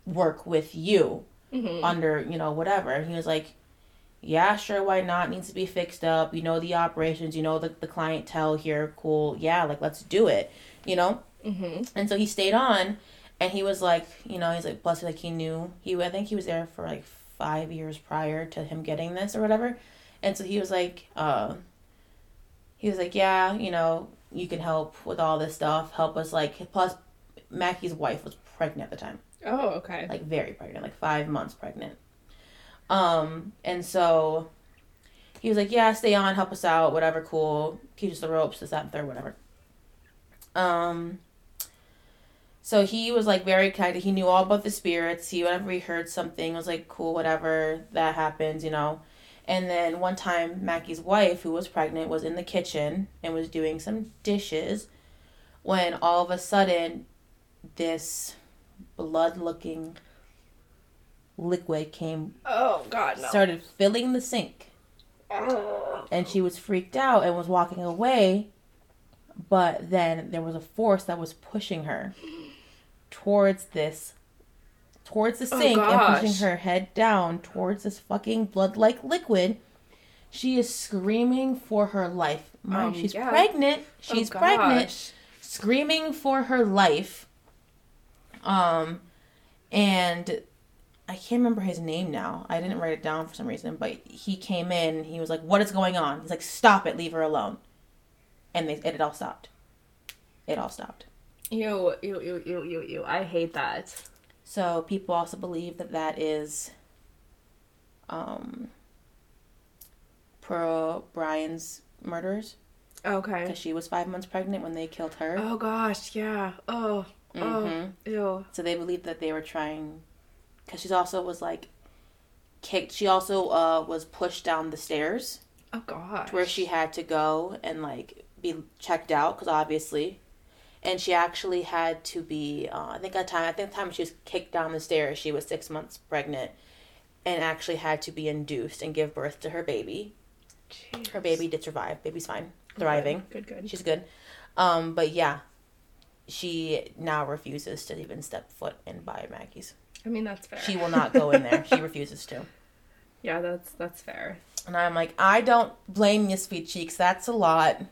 Speaker 2: work with you under, you know, whatever. And he was like, Yeah, sure, why not? Needs to be fixed up. You know the operations, you know the, the clientele here, cool. Yeah, like let's do it, you know?
Speaker 1: hmm
Speaker 2: And so he stayed on and he was like, you know, he's like blessed like he knew he I think he was there for like five years prior to him getting this or whatever. And so he was like, uh he was like, Yeah, you know, you can help with all this stuff, help us like plus Mackie's wife was pregnant at the time
Speaker 1: Oh, okay.
Speaker 2: like very pregnant, like five months pregnant. Um, and so he was like, Yeah, stay on, help us out, whatever, cool. Teach us the ropes, this, that, and third, whatever. Um so he was like very connected. He knew all about the spirits. He whenever he heard something was like, Cool, whatever, that happens, you know. And then one time Mackie's wife, who was pregnant, was in the kitchen and was doing some dishes when all of a sudden this blood looking liquid came
Speaker 1: Oh God, no.
Speaker 2: started filling the sink
Speaker 1: Oh.
Speaker 2: and she was freaked out and was walking away but then there was a force that was pushing her towards this towards the
Speaker 1: Oh,
Speaker 2: sink and
Speaker 1: gosh.
Speaker 2: pushing her head down towards this fucking blood like liquid she is screaming for her life Mom,
Speaker 1: Um,
Speaker 2: she's
Speaker 1: yeah.
Speaker 2: pregnant she's
Speaker 1: Oh,
Speaker 2: pregnant
Speaker 1: gosh.
Speaker 2: screaming for her life. Um, and I can't remember his name now. I didn't write it down for some reason, but he came in. And he was like, "What is going on?" He's like, "Stop it! Leave her alone." And they, and it all stopped. It all stopped.
Speaker 1: Ew, ew, ew, ew, ew, ew. I hate that.
Speaker 2: So people also believe that that is, um, Pearl Brian's murders
Speaker 1: Okay.
Speaker 2: because she was five months pregnant when they killed her.
Speaker 1: Oh gosh, yeah. Oh,
Speaker 2: Mhm.
Speaker 1: oh, ew.
Speaker 2: So they believed that they were trying, because she also was like kicked. She also uh, was pushed down the stairs
Speaker 1: Oh gosh.
Speaker 2: to where she had to go and like be checked out, because obviously, and she actually had to be. Uh, I think at time. I think the time she was kicked down the stairs, she was six months pregnant, and actually had to be induced and give birth to her baby.
Speaker 1: Jeez.
Speaker 2: Her baby did survive. Baby's fine, thriving.
Speaker 1: Good, good.
Speaker 2: She's good. Um, but yeah. She now refuses to even step foot in by Maggie's.
Speaker 1: I mean, that's fair.
Speaker 2: She will not go
Speaker 1: *laughs*
Speaker 2: in there. She refuses to.
Speaker 1: yeah, that's that's
Speaker 2: *laughs*
Speaker 1: fair.
Speaker 2: And I'm like, I don't blame you, sweet cheeks. That's a lot.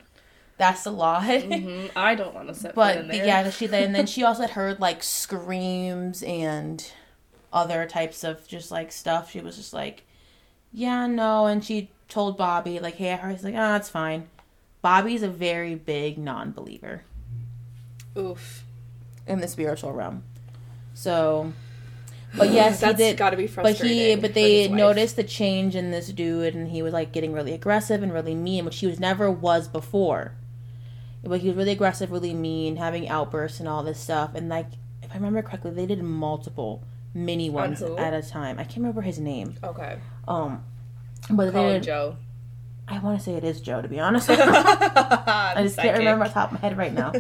Speaker 2: That's a lot.
Speaker 1: hmm I don't want to sit foot in
Speaker 2: *laughs* but
Speaker 1: there.
Speaker 2: yeah, she then and then she also had heard like screams and other types of just like stuff. She was just like, yeah, no. And she told Bobby, like, hey, I heard. He's like, ah, it's fine. Bobby's a very big non believer
Speaker 1: Oof.
Speaker 2: in the spiritual realm. So, but yes, he
Speaker 1: That's
Speaker 2: did.
Speaker 1: gotta be
Speaker 2: But
Speaker 1: frustrating.
Speaker 2: he, but
Speaker 1: for
Speaker 2: they
Speaker 1: his wife.
Speaker 2: noticed the change in this dude, and he was like getting really aggressive and really mean, which he was never was before. But he was really aggressive, really mean, having outbursts and all this stuff. And like, if I remember correctly, they did multiple mini ones
Speaker 1: who?
Speaker 2: at a time. I can't remember his name.
Speaker 1: Okay.
Speaker 2: Um, but
Speaker 1: Call
Speaker 2: they
Speaker 1: him
Speaker 2: did, *laughs*
Speaker 1: Joe. *laughs*
Speaker 2: I want to say it is Joe, to be honest. I
Speaker 1: I
Speaker 2: just can't remember off the top of my
Speaker 1: *laughs*
Speaker 2: head right now.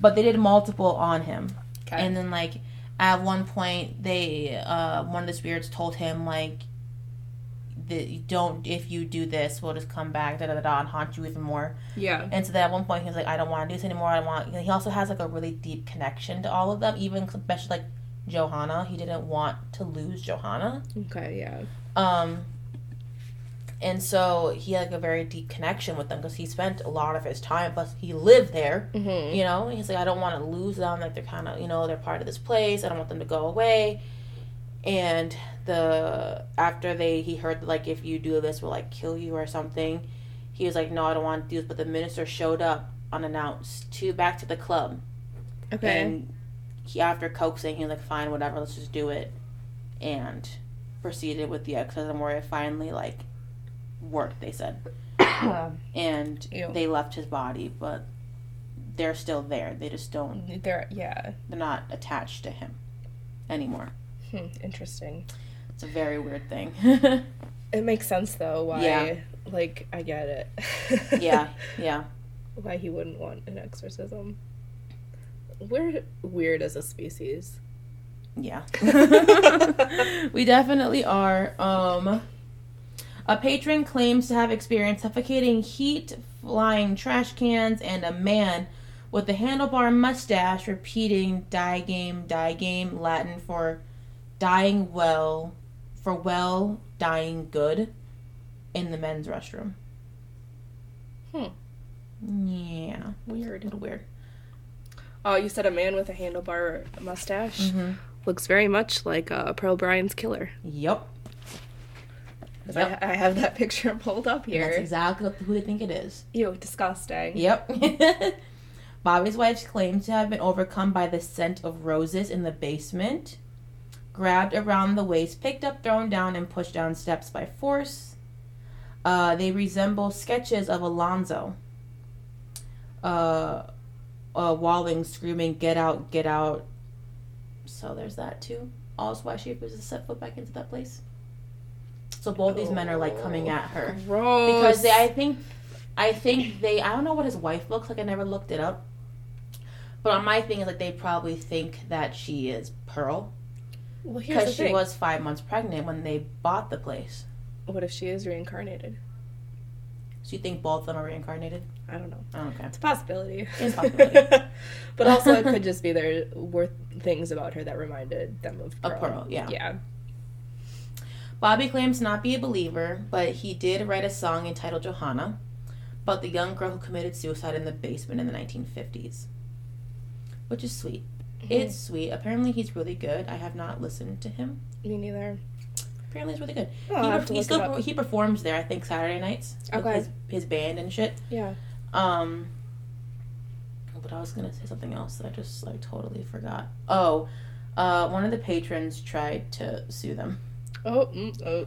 Speaker 2: But they did multiple on him.
Speaker 1: Okay.
Speaker 2: And then like at one point they uh one of the spirits told him like that you don't if you do this we'll just come back da da da, da and haunt you even more.
Speaker 1: yeah.
Speaker 2: And so then at one point he was like I don't want to do this anymore. I don't want. And he also has like a really deep connection to all of them, even especially like Johanna. He didn't want to lose Johanna.
Speaker 1: Okay. Yeah.
Speaker 2: Um. And so he had like a very deep connection with them because he spent a lot of his time. Plus he lived there
Speaker 1: Mm-hmm.
Speaker 2: you know he's like i don't want to lose them like they're kind of you know they're part of this place i don't want them to go away and the after they he heard like if you do this we'll like kill you or something he was like no i don't want to do this but the minister showed up unannounced to back to the club
Speaker 1: Okay.
Speaker 2: and he after coaxing he was like fine whatever let's just do it and proceeded with the exorcism where it finally like worked they said
Speaker 1: um,
Speaker 2: and
Speaker 1: Ew.
Speaker 2: they left his body, but they're still there. They just don't.
Speaker 1: They're yeah.
Speaker 2: They're not attached to him anymore.
Speaker 1: Hmm, interesting.
Speaker 2: It's a very weird thing. *laughs*
Speaker 1: It makes sense though why
Speaker 2: Yeah.
Speaker 1: like I get it.
Speaker 2: *laughs* yeah, yeah.
Speaker 1: *laughs* why he wouldn't want an exorcism. We're weird as a species.
Speaker 2: Yeah. *laughs* we definitely are. Um, a patron claims to have experienced suffocating heat, flying trash cans, and a man with a handlebar mustache repeating die game, die game, Latin for dying well, for well, dying good in the men's restroom.
Speaker 1: Hmm.
Speaker 2: Yeah.
Speaker 1: Weird.
Speaker 2: A little weird.
Speaker 1: Oh, you said a man with a handlebar mustache
Speaker 2: Mm-hmm.
Speaker 1: looks very much like uh, Pearl Bryan's killer.
Speaker 2: Yep.
Speaker 1: 'Cause
Speaker 2: Yep.
Speaker 1: I, I have that *laughs* picture pulled up
Speaker 2: And That's
Speaker 1: here.
Speaker 2: exactly who they think it is.
Speaker 1: Ew, disgusting.
Speaker 2: Yep. *laughs* Bobby's wife claimed to have been overcome by the scent of roses in the basement, grabbed around the waist, picked up, thrown down, and pushed down steps by force. Uh, they resemble sketches of Alonzo. Uh, uh, Walling screaming, Get out, get out. So there's that too. Also, why she refuses to set foot back into that place. So both these men are like coming at her
Speaker 1: Gross.
Speaker 2: because they, I think, I think they. I don't know what his wife looks like. I never looked it up. But on my thing is like they probably think that she is Pearl
Speaker 1: well, here's the
Speaker 2: because she
Speaker 1: thing.
Speaker 2: was five months pregnant when they bought the place.
Speaker 1: What if she is reincarnated?
Speaker 2: So you think both of them are reincarnated?
Speaker 1: I don't know.
Speaker 2: Oh, okay.
Speaker 1: It's a possibility. *laughs*
Speaker 2: It's a possibility.
Speaker 1: but also, it
Speaker 2: *laughs*
Speaker 1: could just be there were things about her that reminded them of Pearl.
Speaker 2: Of Pearl, yeah.
Speaker 1: Yeah.
Speaker 2: Bobby claims to not be a believer, but he did write a song entitled Johanna about the young girl who committed suicide in the basement in the 1950s, which is sweet.
Speaker 1: Mm-hmm.
Speaker 2: It's sweet. Apparently, he's really good. I have not listened to him.
Speaker 1: Me neither.
Speaker 2: Apparently, he's really good.
Speaker 1: Oh, I'll
Speaker 2: he,
Speaker 1: have
Speaker 2: perf-
Speaker 1: to
Speaker 2: he
Speaker 1: look
Speaker 2: still
Speaker 1: it up.
Speaker 2: he performs there. I think Saturday nights. with
Speaker 1: Okay.
Speaker 2: His, his band and shit.
Speaker 1: Yeah.
Speaker 2: Um. But I was gonna say something else that I just like totally forgot. Oh, uh, one of the patrons tried to sue them *laughs*
Speaker 1: Oh, mm, oh.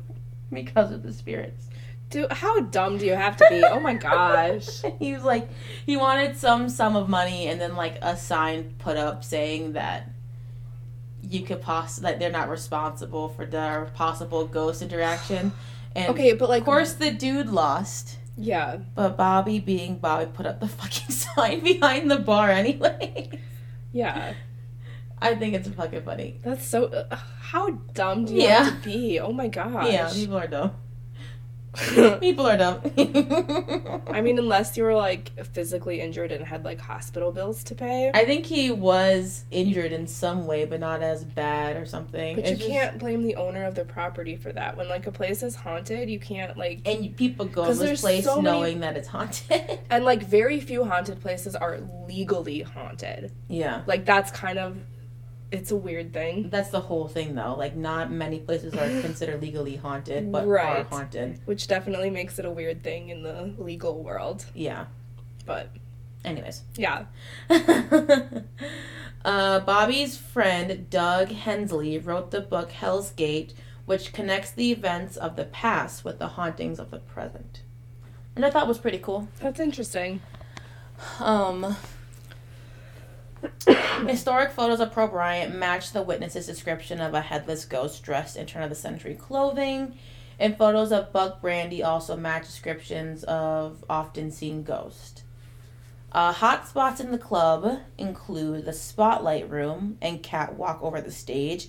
Speaker 2: because of the spirits.
Speaker 1: Dude, how dumb do you have to
Speaker 2: *laughs*
Speaker 1: be? Oh my gosh.
Speaker 2: he was like, he wanted some sum of money and then like a sign put up saying that you could possibly that they're not responsible for their possible ghost interaction. And
Speaker 1: Okay, but like,
Speaker 2: of course, the dude lost.
Speaker 1: yeah.
Speaker 2: But Bobby, being Bobby, put up the fucking *laughs* sign behind the bar anyway. *laughs*
Speaker 1: Yeah.
Speaker 2: I think it's fucking funny.
Speaker 1: That's so. Uh, how dumb do you
Speaker 2: Yeah.
Speaker 1: have to be? Oh my gosh.
Speaker 2: Yeah, people are dumb.
Speaker 1: *laughs*
Speaker 2: People are dumb. *laughs*
Speaker 1: I mean, unless you were like physically injured and had like hospital bills to pay.
Speaker 2: I think he was injured in some way, but not as bad or something.
Speaker 1: But you
Speaker 2: It's just-
Speaker 1: can't blame the owner of the property for that. When like a place is haunted, you can't like
Speaker 2: And people go to
Speaker 1: 'Cause
Speaker 2: this
Speaker 1: there's
Speaker 2: place
Speaker 1: so many-
Speaker 2: knowing that it's haunted. *laughs*
Speaker 1: and like very few haunted places are legally haunted.
Speaker 2: yeah.
Speaker 1: Like that's kind of it's a weird thing,
Speaker 2: That's the whole thing, though. Like, not many places are considered legally haunted, but are
Speaker 1: Right.
Speaker 2: haunted.
Speaker 1: which definitely makes it a weird thing in the legal world.
Speaker 2: Yeah.
Speaker 1: But
Speaker 2: Anyways.
Speaker 1: yeah,
Speaker 2: *laughs* uh, Bobby's friend Doug Hensley wrote the book Hell's Gate, which connects the events of the past with the hauntings of the present. And I thought was pretty cool.
Speaker 1: that's interesting.
Speaker 2: Um, historic photos of Pro Bryant match the witness's description of a headless ghost dressed in turn of the century clothing, and photos of Buck Brandy also match descriptions of often seen ghosts. Uh, hot spots in the club include the spotlight room and catwalk over the stage,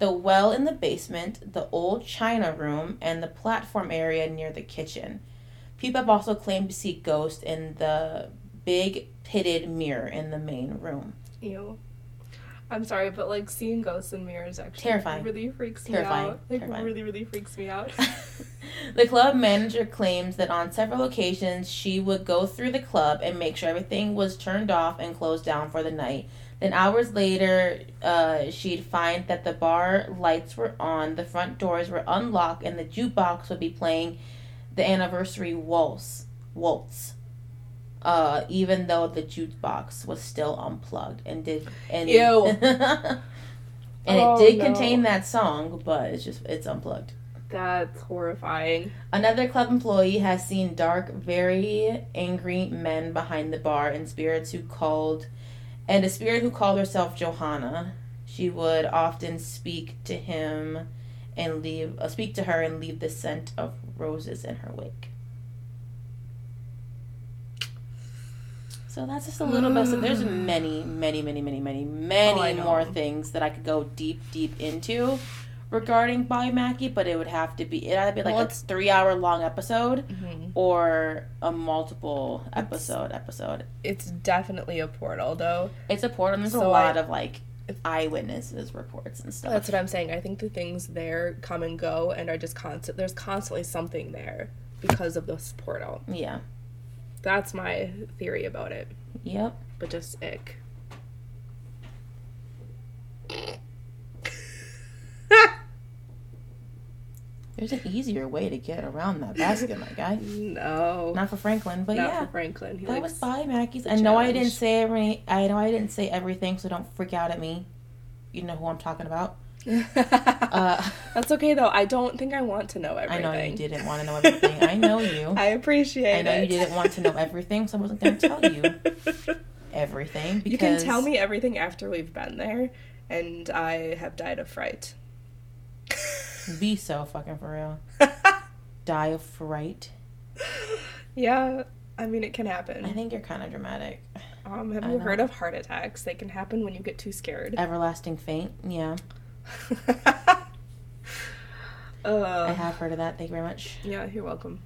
Speaker 2: the well in the basement, the old china room, and the platform area near the kitchen. People have also claimed to see ghosts in the big pitted mirror in the main room.
Speaker 1: Ew. I'm sorry, but like seeing ghosts in mirrors actually
Speaker 2: Terrifying.
Speaker 1: really freaks
Speaker 2: Terrifying.
Speaker 1: me out. Like
Speaker 2: Terrifying.
Speaker 1: really, really freaks me out.
Speaker 2: *laughs* the club manager claims that on several occasions she would go through the club and make sure everything was turned off and closed down for the night. Then hours later, uh, she'd find that the bar lights were on, the front doors were unlocked, and the jukebox would be playing the anniversary waltz. Waltz. Uh, even though the jukebox was still unplugged and did *laughs* and
Speaker 1: Ew.
Speaker 2: and
Speaker 1: Oh,
Speaker 2: it did
Speaker 1: no.
Speaker 2: contain that song, but it's just it's unplugged.
Speaker 1: That's horrifying.
Speaker 2: Another club employee has seen dark, very angry men behind the bar and spirits who called and a spirit who called herself Johanna. She would often speak to him and leave uh, speak to her and leave the scent of roses in her wake. So that's just a little bit. So there's many, many, many, many, many,
Speaker 1: Mm. Oh, I
Speaker 2: many
Speaker 1: know.
Speaker 2: more things that I could go deep, deep into regarding Bobby Mackey, but it would have to be it would be like
Speaker 1: Well,
Speaker 2: a three hour long episode
Speaker 1: Mhm.
Speaker 2: or a multiple episode episode.
Speaker 1: It's definitely a portal, though.
Speaker 2: It's a portal. and There's a
Speaker 1: So
Speaker 2: lot
Speaker 1: I-
Speaker 2: of like eyewitnesses reports and stuff.
Speaker 1: That's what I'm saying. I think the things there come and go and are just constant. There's constantly something there because of this portal.
Speaker 2: yeah.
Speaker 1: That's my theory about it.
Speaker 2: Yep.
Speaker 1: But just ick.
Speaker 2: There's an easier way to get around that basket, my
Speaker 1: *laughs*
Speaker 2: guy.
Speaker 1: No.
Speaker 2: Not for Franklin, but
Speaker 1: Not
Speaker 2: yeah.
Speaker 1: for Franklin. He
Speaker 2: That was
Speaker 1: likes
Speaker 2: Bobby Mackey's.
Speaker 1: the
Speaker 2: I know I didn't
Speaker 1: challenge.
Speaker 2: say every. I know I didn't say everything, so don't freak out at me. You know who I'm talking about.
Speaker 1: *laughs*
Speaker 2: Uh,
Speaker 1: That's okay though. I don't think I want to know
Speaker 2: I
Speaker 1: everything.
Speaker 2: know you didn't want to know everything. I know you.
Speaker 1: *laughs* I appreciate
Speaker 2: I
Speaker 1: *laughs*
Speaker 2: know you
Speaker 1: it.
Speaker 2: didn't want to know everything, so I wasn't going to tell
Speaker 1: *laughs*
Speaker 2: you everything. Because
Speaker 1: you can tell me everything after we've been there, and I have died of
Speaker 2: *laughs*
Speaker 1: fright.
Speaker 2: Be so fucking for real. Die of fright.
Speaker 1: yeah, I mean it can
Speaker 2: I
Speaker 1: happen.
Speaker 2: think you're kind of dramatic.
Speaker 1: Um, have
Speaker 2: I
Speaker 1: you
Speaker 2: know.
Speaker 1: heard of heart attacks? They can happen when you get too scared. *laughs*
Speaker 2: Everlasting faint. Yeah, I
Speaker 1: uh,
Speaker 2: have heard of that. Thank you very much.
Speaker 1: yeah, you're welcome.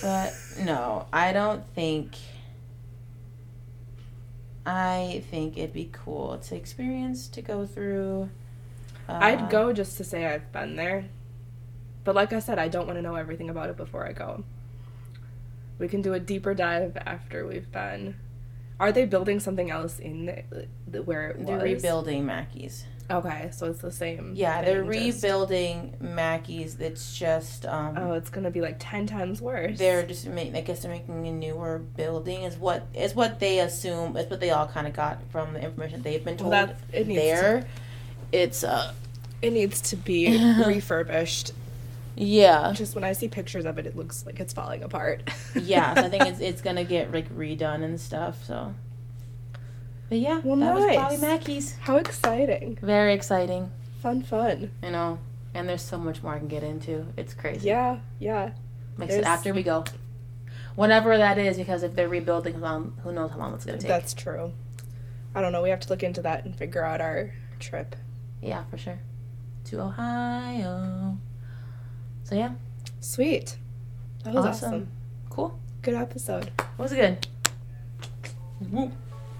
Speaker 2: But no, I don't think. I think it'd be cool to experience to go through. Uh,
Speaker 1: I'd go just to say I've been there. But like I said, I don't want to know everything about it before I go. We can do a deeper dive after we've been. Are they building something else in the, the- where it
Speaker 2: They're
Speaker 1: was?
Speaker 2: rebuilding Mackey's.
Speaker 1: Okay, so it's the same.
Speaker 2: Yeah, they're
Speaker 1: thing, just-
Speaker 2: rebuilding Mackey's. It's just um,
Speaker 1: Oh, it's gonna be like ten times worse.
Speaker 2: they're just making. I guess they're making a newer building. Is what is what they assume. Is what they all kind of got from the information they've been
Speaker 1: Well,
Speaker 2: told.
Speaker 1: that it needs
Speaker 2: there, it's uh,
Speaker 1: to, it needs to
Speaker 2: *laughs*
Speaker 1: be refurbished.
Speaker 2: yeah,
Speaker 1: Just when I see pictures of it, it looks like it's falling apart.
Speaker 2: yeah. So
Speaker 1: *laughs*
Speaker 2: I think it's it's gonna get like redone and stuff. So, but yeah,
Speaker 1: Well,
Speaker 2: that was Bobby
Speaker 1: nice.
Speaker 2: Mackey's.
Speaker 1: how exciting!
Speaker 2: Very exciting,
Speaker 1: Fun, fun.
Speaker 2: you know. And there's so much more I can get into. It's crazy.
Speaker 1: Yeah, yeah.
Speaker 2: Makes it
Speaker 1: there's-
Speaker 2: after we go. Whenever that is, because if they're rebuilding, um, who knows how long it's gonna take.
Speaker 1: That's true. I don't know. We have to look into that and figure out our trip.
Speaker 2: Yeah, for sure. To Ohio. So yeah,
Speaker 1: Sweet. That was awesome.
Speaker 2: Awesome. cool.
Speaker 1: Good episode.
Speaker 2: What was it good? Woo.